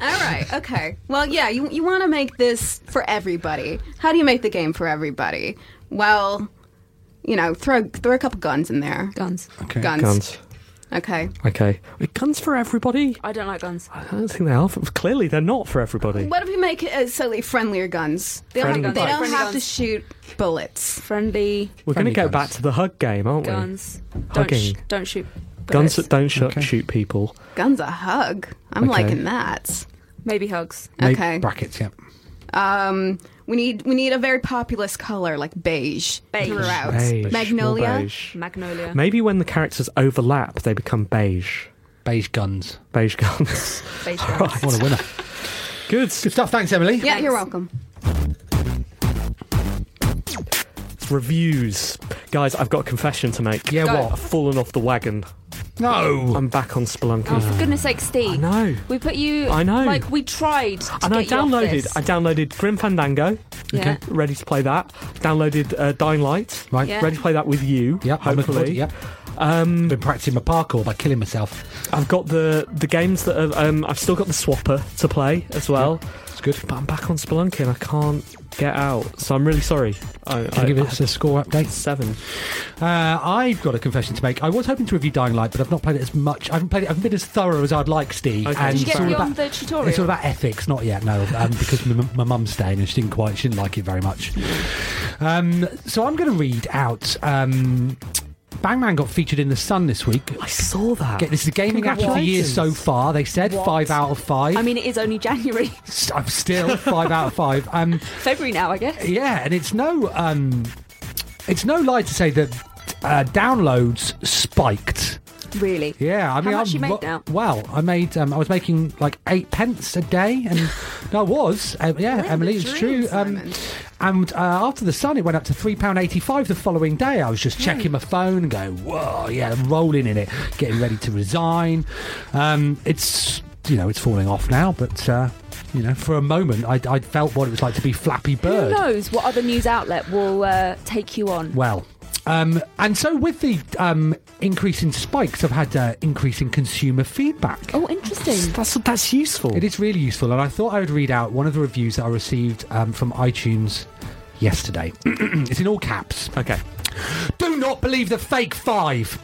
Speaker 7: All right. Okay. Well, yeah. You you want to make this for everybody? How do you make the game for everybody? Well, you know, throw throw a couple guns in there.
Speaker 6: Guns.
Speaker 5: Okay.
Speaker 7: Guns.
Speaker 4: Guns.
Speaker 7: Okay.
Speaker 4: Okay. Wait, guns for everybody?
Speaker 6: I don't like guns.
Speaker 4: I don't think they are. For, clearly, they're not for everybody.
Speaker 7: What if we make it uh, slightly friendlier guns? They
Speaker 4: Friendly
Speaker 7: don't, they
Speaker 4: guns.
Speaker 7: don't
Speaker 6: Friendly
Speaker 7: have to
Speaker 6: guns.
Speaker 7: shoot bullets.
Speaker 6: Friendly
Speaker 4: We're going to
Speaker 5: Friendly
Speaker 4: go
Speaker 5: guns.
Speaker 4: back to the hug game, aren't
Speaker 6: guns. Don't, sh-
Speaker 4: Hugging.
Speaker 6: don't shoot.
Speaker 4: we?
Speaker 6: bullets.
Speaker 4: Guns that don't sh-
Speaker 5: Okay.
Speaker 4: shoot people.
Speaker 7: Guns a hug. I'm
Speaker 4: Okay.
Speaker 7: liking that.
Speaker 6: Maybe hugs.
Speaker 5: Maybe
Speaker 7: Okay.
Speaker 5: Brackets. Yep.
Speaker 7: Um, we need we need a very populous color like beige,
Speaker 6: Beige.
Speaker 7: throughout.
Speaker 4: Beige. more
Speaker 7: Magnolia.
Speaker 4: beige.
Speaker 6: Magnolia.
Speaker 4: Maybe when the characters overlap, they become beige.
Speaker 5: Beige guns.
Speaker 4: Beige guns.
Speaker 6: Beige
Speaker 4: All
Speaker 6: guns.
Speaker 4: right.
Speaker 5: What a winner.
Speaker 4: Good.
Speaker 5: Good stuff. Thanks, Emily.
Speaker 7: Yeah, you're
Speaker 6: Thanks.
Speaker 7: welcome.
Speaker 4: Reviews. Guys, I've got a confession to make.
Speaker 5: Yeah,
Speaker 6: Go.
Speaker 4: I've
Speaker 5: what?
Speaker 4: fallen off the wagon.
Speaker 5: No.
Speaker 4: I'm back on Spelunky.
Speaker 6: Oh, for goodness sake, Steve.
Speaker 4: I know.
Speaker 6: We put you.
Speaker 4: I know.
Speaker 6: Like, we tried. To
Speaker 4: and I
Speaker 6: get you off
Speaker 4: downloaded.
Speaker 6: this.
Speaker 4: I downloaded Grim Fandango.
Speaker 6: Yeah.
Speaker 4: Ready to play that. Downloaded uh, Dying Light.
Speaker 5: Right.
Speaker 6: Yeah.
Speaker 4: Ready to play that with you.
Speaker 5: Yep. I'm looking forward
Speaker 4: Hopefully.
Speaker 5: to- Yep. Um, Been practicing my parkour by killing myself.
Speaker 4: I've got the the games that are, um, I've still got the Swapper to play as well.
Speaker 5: It's good.
Speaker 4: But I'm back on Spelunky and I can't get out. So I'm really sorry. I,
Speaker 5: Can
Speaker 4: I-
Speaker 5: you give
Speaker 4: I-
Speaker 5: us a score update?
Speaker 4: seven.
Speaker 5: Uh, I've got a confession to make. I was hoping to review Dying Light, but I've not played it as much. I haven't played it. I haven't been as thorough as I'd like, Steve.
Speaker 4: Okay.
Speaker 5: And
Speaker 6: Did you get
Speaker 5: it's all
Speaker 6: beyond
Speaker 5: about-
Speaker 6: the tutorial?
Speaker 5: It's all about ethics, not yet. No, um, because my, my mum's staying and she didn't quite, she didn't like it very much. Um, so I'm going to read out. Um, Bangman got featured in the Sun this week.
Speaker 4: I saw that.
Speaker 5: Get- This is the gaming app of the year so
Speaker 4: Congratulations.
Speaker 5: far. They said
Speaker 6: What?
Speaker 5: five out of five.
Speaker 6: I mean, it is only January,
Speaker 5: S- I'm still five out of five. Um,
Speaker 6: February now, I guess.
Speaker 5: yeah, and it's no, um, it's no lie to say that uh, downloads spiked
Speaker 6: Really?
Speaker 5: Yeah, I mean,
Speaker 6: how much
Speaker 5: I'm,
Speaker 6: you make now?
Speaker 5: Wow, I made. Um, I was making like eight pence a day, and no, I was. Um, yeah, Emily, it's true. Um, and uh, after the sun, it went up to three pound eighty-five the following day. I was
Speaker 6: Hmm.
Speaker 5: just checking my phone, and going, "Whoa, yeah, I'm rolling in it, getting ready to resign." Um, it's you know, it's falling off now, but uh, you know, for a moment, I, I felt what it was like to be Flappy Bird.
Speaker 6: Who knows what other news outlet will uh, take you on?
Speaker 5: Well, um, and so with the um, increase in spikes, I've had uh, increase in consumer feedback.
Speaker 6: Oh, interesting.
Speaker 4: That's that's useful.
Speaker 5: It is really useful, and I thought I would read out one of the reviews that I received um, from iTunes yesterday. it's in all caps.
Speaker 4: Okay.
Speaker 5: Do not believe the fake five.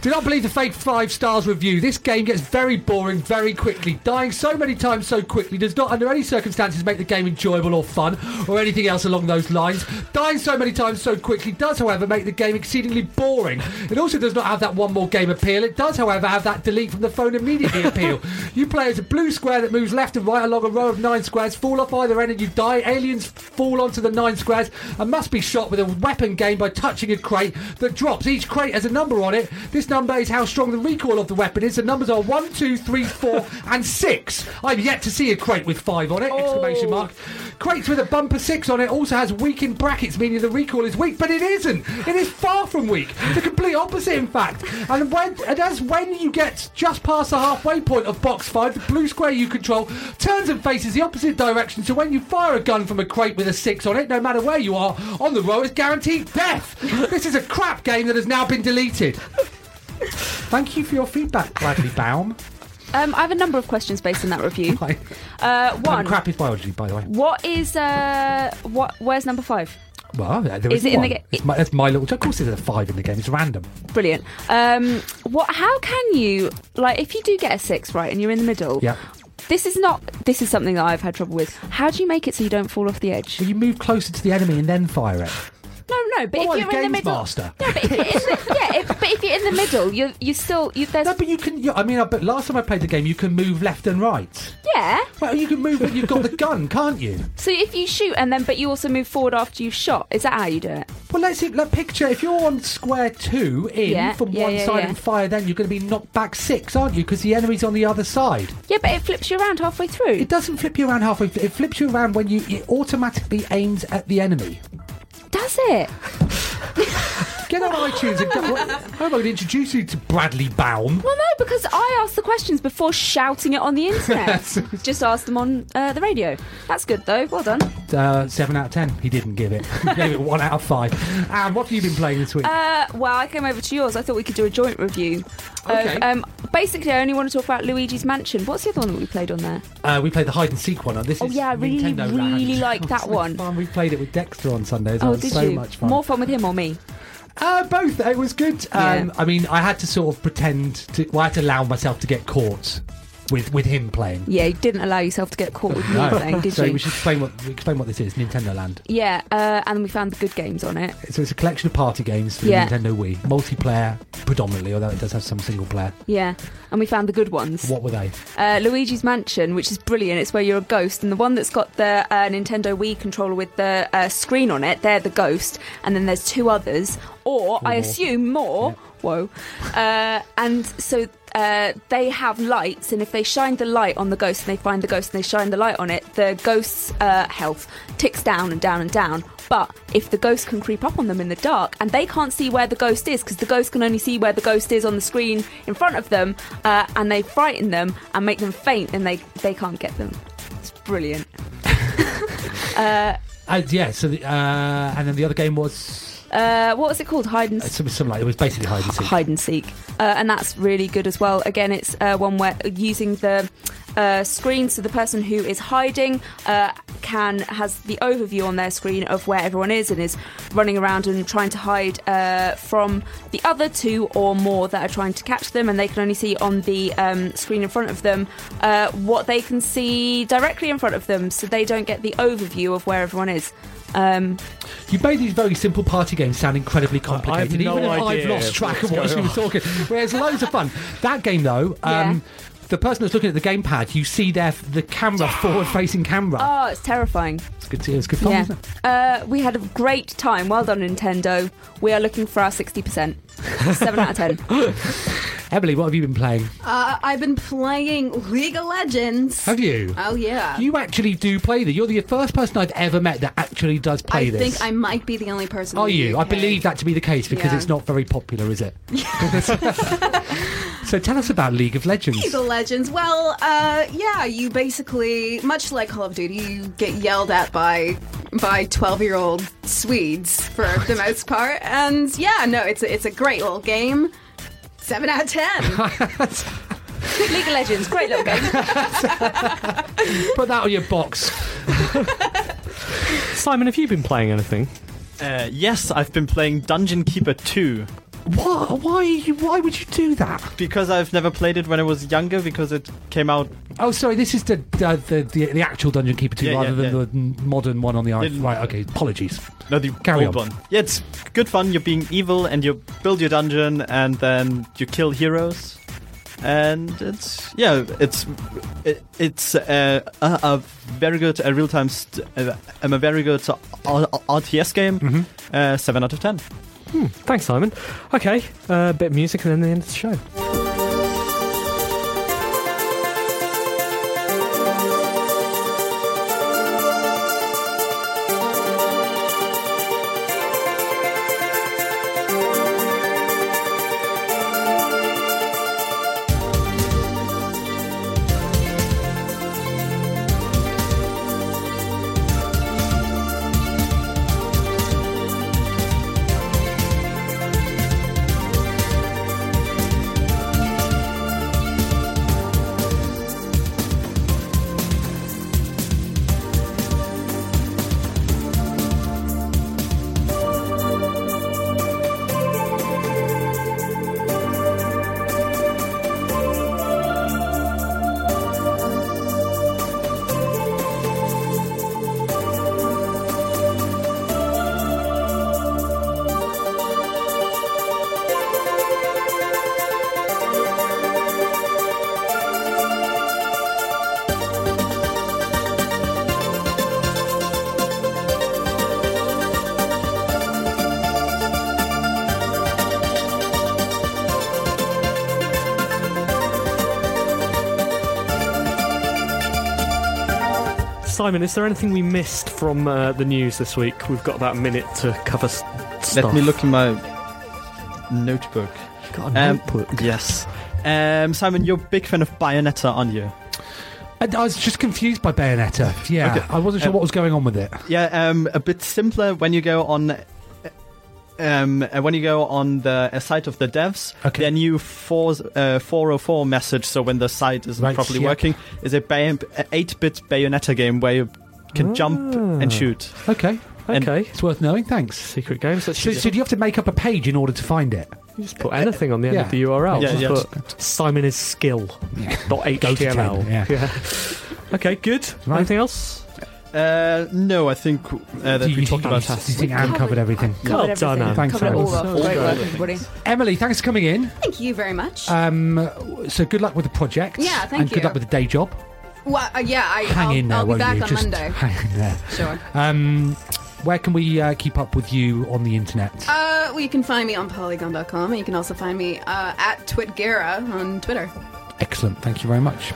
Speaker 5: Do not believe the fake five stars review. This game gets very boring very quickly. Dying so many times so quickly does not, under any circumstances, make the game enjoyable or fun or anything else along those lines. Dying so many times so quickly does, however, make the game exceedingly boring. It also does not have that one more game appeal. It does, however, have that delete from the phone immediately appeal. You play as a blue square that moves left and right along a row of nine squares, fall off either end and you die. Aliens fall onto the nine squares and must be shot with a weapon gained by touching a crate that drops. Each crate has a number on it. This number is how strong the recoil of the weapon is. The numbers are one, two, three, four, and six. I've yet to see a crate with five on it! Exclamation mark. Crates with a bumper six on it also has weak in brackets, meaning the recoil is weak, but it isn't. It is far from weak. The complete opposite, in fact. And when and as when you get just past the halfway point of box five, the blue square you control turns and faces the opposite direction. So when you fire a gun from a crate with a six on it, no matter where you are on the row, it's guaranteed death. this is a crap game that has now been deleted. Thank you for your feedback, Bradley Baum.
Speaker 6: Um, I have a number of questions based on that review.
Speaker 5: Right.
Speaker 6: Uh, one.
Speaker 5: Um, crap is biology, by the way.
Speaker 6: What is uh? What? Where's number five?
Speaker 5: Well, there
Speaker 6: Is it in the
Speaker 5: one.
Speaker 6: ga-
Speaker 5: It's my, that's my little. Of course, there's a five in the game. It's random.
Speaker 6: Brilliant. Um, what? How can you like if you do get a six right and you're in the middle?
Speaker 5: Yeah.
Speaker 6: This is not. This is something that I've had trouble with. How do you make it so you don't fall off the edge?
Speaker 5: You move closer to the enemy and then fire it.
Speaker 6: No, no. But
Speaker 5: Oh,
Speaker 6: if you're in the
Speaker 5: games
Speaker 6: middle,
Speaker 5: master.
Speaker 6: no. But if you're in the, yeah. If, but if you're in the middle, you you still you there's
Speaker 5: No, but you can. You, I mean, I- but last time I played the game, you can move left and right.
Speaker 6: yeah.
Speaker 5: Well, you can move when you've got the gun, can't you?
Speaker 6: So if you shoot and then but you also move forward after you've shot, is that how you do it?
Speaker 5: Well, let's see. Let picture if you're on square two in
Speaker 6: Yeah,
Speaker 5: from
Speaker 6: yeah,
Speaker 5: one
Speaker 6: yeah,
Speaker 5: side
Speaker 6: yeah.
Speaker 5: and fire, then you're going to be knocked back six, aren't you? Because the enemy's on the other side.
Speaker 6: Yeah, but it flips you around halfway through.
Speaker 5: It doesn't flip you around halfway. It flips you around when you it automatically aims at the enemy.
Speaker 6: Does it?
Speaker 5: Get on iTunes and go. I'm going to introduce you to Bradley Baum.
Speaker 6: Well, no, because I asked the questions before shouting it on the internet. Just asked them on uh, the radio. That's good, though. Well done.
Speaker 5: Uh, seven out of ten. He didn't give it. He gave it one out of five. And what have you been playing this week?
Speaker 6: Uh, well, I came over to yours. I thought we could do a joint review. of,
Speaker 5: Okay.
Speaker 6: um, basically, I only want to talk about Luigi's Mansion. What's the other one that we played on there?
Speaker 5: Uh, we played the hide and seek one. On this
Speaker 6: Oh,
Speaker 5: is
Speaker 6: yeah, I really,
Speaker 5: Nintendo Land.
Speaker 6: really like that
Speaker 5: So
Speaker 6: one.
Speaker 5: Fun. We played it with Dexter on Sundays. That
Speaker 6: oh,
Speaker 5: was
Speaker 6: did
Speaker 5: so
Speaker 6: you?
Speaker 5: much fun.
Speaker 6: More fun with him or me?
Speaker 5: Uh, both. It was good. Um,
Speaker 6: Yeah.
Speaker 5: I mean, I had to sort of pretend to. Well, I had to allow myself to get caught with with him playing.
Speaker 6: Yeah, you didn't allow yourself to get caught with me, saying, did
Speaker 5: so
Speaker 6: you?
Speaker 5: we should explain what explain what this is. Nintendo Land.
Speaker 6: Yeah, uh, and we found the good games on it.
Speaker 5: So it's a collection of party games for the
Speaker 6: Yeah.
Speaker 5: Nintendo Wii, multiplayer predominantly, although it does have some single player.
Speaker 6: Yeah, and we found the good ones.
Speaker 5: What were they?
Speaker 6: uh, Luigi's Mansion, which is brilliant. It's where you're a ghost, and the one that's got the uh, Nintendo Wii controller with the uh, screen on it, they're the ghost, and then there's two others, or I assume more. Whoa, uh, and so. Uh, they have lights, and if they shine the light on the ghost and they find the ghost and they shine the light on it, the ghost's uh, health ticks down and down and down. But if the ghost can creep up on them in the dark and they can't see where the ghost is because the ghost can only see where the ghost is on the screen in front of them, uh, and they frighten them and make them faint, and they they can't get them. It's brilliant.
Speaker 5: Uh, yeah. So the, uh, and then the other game was
Speaker 6: Uh, what was it called? Hide and
Speaker 5: uh, some some like it was basically hide and seek.
Speaker 6: hide and seek, uh, and that's really good as well. Again, it's uh, one where using the uh, screen, so the person who is hiding uh, can has the overview on their screen of where everyone is and is running around and trying to hide uh, from the other two or more that are trying to catch them, and they can only see on the um, screen in front of them uh, what they can see directly in front of them, so they don't get the overview of where everyone is. Um,
Speaker 5: You made these very simple party games sound incredibly complicated.
Speaker 4: no
Speaker 5: even if I've
Speaker 4: idea
Speaker 5: lost track of
Speaker 4: what's
Speaker 5: what she
Speaker 4: going
Speaker 5: was talking. Whereas loads of fun. That game though. Um, the person that's looking at the gamepad, you see their the camera, forward-facing camera.
Speaker 6: Oh, it's terrifying.
Speaker 5: It's good to it's good fun.
Speaker 6: yeah.
Speaker 5: isn't it?
Speaker 6: Uh, we had a great time. Well done, Nintendo. We are looking for our 60%. 7 out of 10.
Speaker 5: Emily, what have you been playing?
Speaker 7: Uh, I've been playing League of Legends.
Speaker 5: Have you?
Speaker 7: Oh yeah.
Speaker 5: You actually do play this. You're the first person I've ever met that actually does play
Speaker 7: I
Speaker 5: this.
Speaker 7: think I might be the only person.
Speaker 5: Are
Speaker 7: in the
Speaker 5: you? I
Speaker 7: UK.
Speaker 5: believe that to be the case because
Speaker 7: Yeah.
Speaker 5: it's not very popular, is it? so tell us about League of
Speaker 7: League
Speaker 5: Legends.
Speaker 7: of Legends. Well, uh, yeah, you basically, much like Call of Duty, you get yelled at by by twelve year old Swedes for the most part, and yeah, no, Oh, it's a, it's a great little game. Seven out of ten.
Speaker 6: League of Legends, great little game.
Speaker 5: Put that on your box.
Speaker 4: Simon, have you been playing anything?
Speaker 10: Uh, yes, I've been playing Dungeon Keeper 2
Speaker 5: What? Why? you- Why would you do that?
Speaker 10: because I've never played it when I was younger because it came out
Speaker 5: Oh, sorry. This is the uh, the, the the actual Dungeon Keeper two,
Speaker 10: Yeah,
Speaker 5: rather
Speaker 10: yeah,
Speaker 5: than the modern one on the iPhone.
Speaker 10: It-
Speaker 5: Right. Okay. Apologies.
Speaker 10: No, the
Speaker 5: Carry
Speaker 10: old
Speaker 5: on.
Speaker 10: one. Yeah, it's good fun. You're being evil and you build your dungeon and then you kill heroes. And it's yeah, it's it, it's uh, a, a very good a real time. St- uh, I'm a very good R- R- RTS game.
Speaker 5: Mm-hmm.
Speaker 10: Uh, Seven out of ten.
Speaker 4: Thanks, Simon. Okay, a uh, bit of music and then the end of the show. Simon, is there anything we missed from uh, the news this week? We've got about a minute to cover s- stuff.
Speaker 10: Let me look in my notebook.
Speaker 4: Got a
Speaker 10: Um,
Speaker 4: notebook.
Speaker 10: Yes, um, Simon, you're a big fan of Bayonetta, aren't you?
Speaker 5: And I was just confused by Bayonetta. Yeah.
Speaker 10: Okay.
Speaker 5: I wasn't sure
Speaker 10: Um,
Speaker 5: what was going on with it.
Speaker 10: Yeah, um, a bit simpler when you go on. Um, uh, when you go on the uh, site of the devs,
Speaker 5: Okay.
Speaker 10: their new four, uh, 404 message, so when the site isn't
Speaker 5: Right,
Speaker 10: properly
Speaker 5: yeah.
Speaker 10: working, is a 8 bit Bayonetta game where you can
Speaker 5: Ah.
Speaker 10: jump and shoot.
Speaker 5: Okay.
Speaker 10: and-
Speaker 4: okay,
Speaker 5: It's worth knowing. Thanks.
Speaker 4: secret games. Let's
Speaker 5: So,
Speaker 4: just,
Speaker 5: so do you have to make up a page in order to find it?
Speaker 4: you just put anything on the end
Speaker 5: yeah.
Speaker 4: of the URL.
Speaker 10: Yeah,
Speaker 4: Just
Speaker 10: yeah.
Speaker 4: put Simon is skill. Dot
Speaker 5: Go to
Speaker 4: HTML.
Speaker 5: town, yeah.
Speaker 4: Okay, good.
Speaker 5: Right.
Speaker 4: Anything else?
Speaker 10: Uh, no, I think uh, that
Speaker 5: Do you
Speaker 10: we talked
Speaker 5: think-
Speaker 10: about.
Speaker 5: Do you think Anne covered everything?
Speaker 6: Covered
Speaker 4: Well done,
Speaker 6: everything.
Speaker 4: Anne.
Speaker 5: Thanks,
Speaker 6: Covered it
Speaker 5: Anne.
Speaker 6: all up.
Speaker 4: So
Speaker 6: Great
Speaker 4: good.
Speaker 6: work, everybody.
Speaker 5: Emily, thanks for coming in.
Speaker 7: Thank you very much.
Speaker 5: Um, so good luck with the project.
Speaker 7: Yeah, thank
Speaker 5: And good
Speaker 7: you.
Speaker 5: luck with the day job.
Speaker 7: well, uh, yeah, I,
Speaker 5: Hang
Speaker 7: will
Speaker 5: in there,
Speaker 7: I'll be
Speaker 5: won't
Speaker 7: back
Speaker 5: you?
Speaker 7: on
Speaker 5: Just
Speaker 7: Monday.
Speaker 5: hang in there.
Speaker 7: Sure.
Speaker 5: Um, where can we uh, keep up with you on the internet?
Speaker 7: Uh, well, you can find me on polygon.com, and you can also find me uh, at Twitgera on Twitter.
Speaker 5: Excellent. Thank you very much.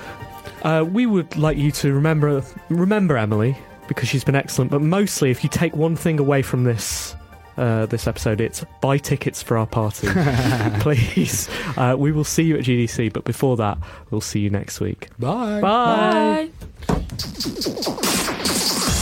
Speaker 4: Uh, we would like you to remember remember Emily because she's been excellent. But mostly, if you take one thing away from this. Uh, this episode, it's buy tickets for our party, please. Uh, we will see you at GDC, but before that, we'll see you next week.
Speaker 5: Bye.
Speaker 4: Bye.
Speaker 6: Bye.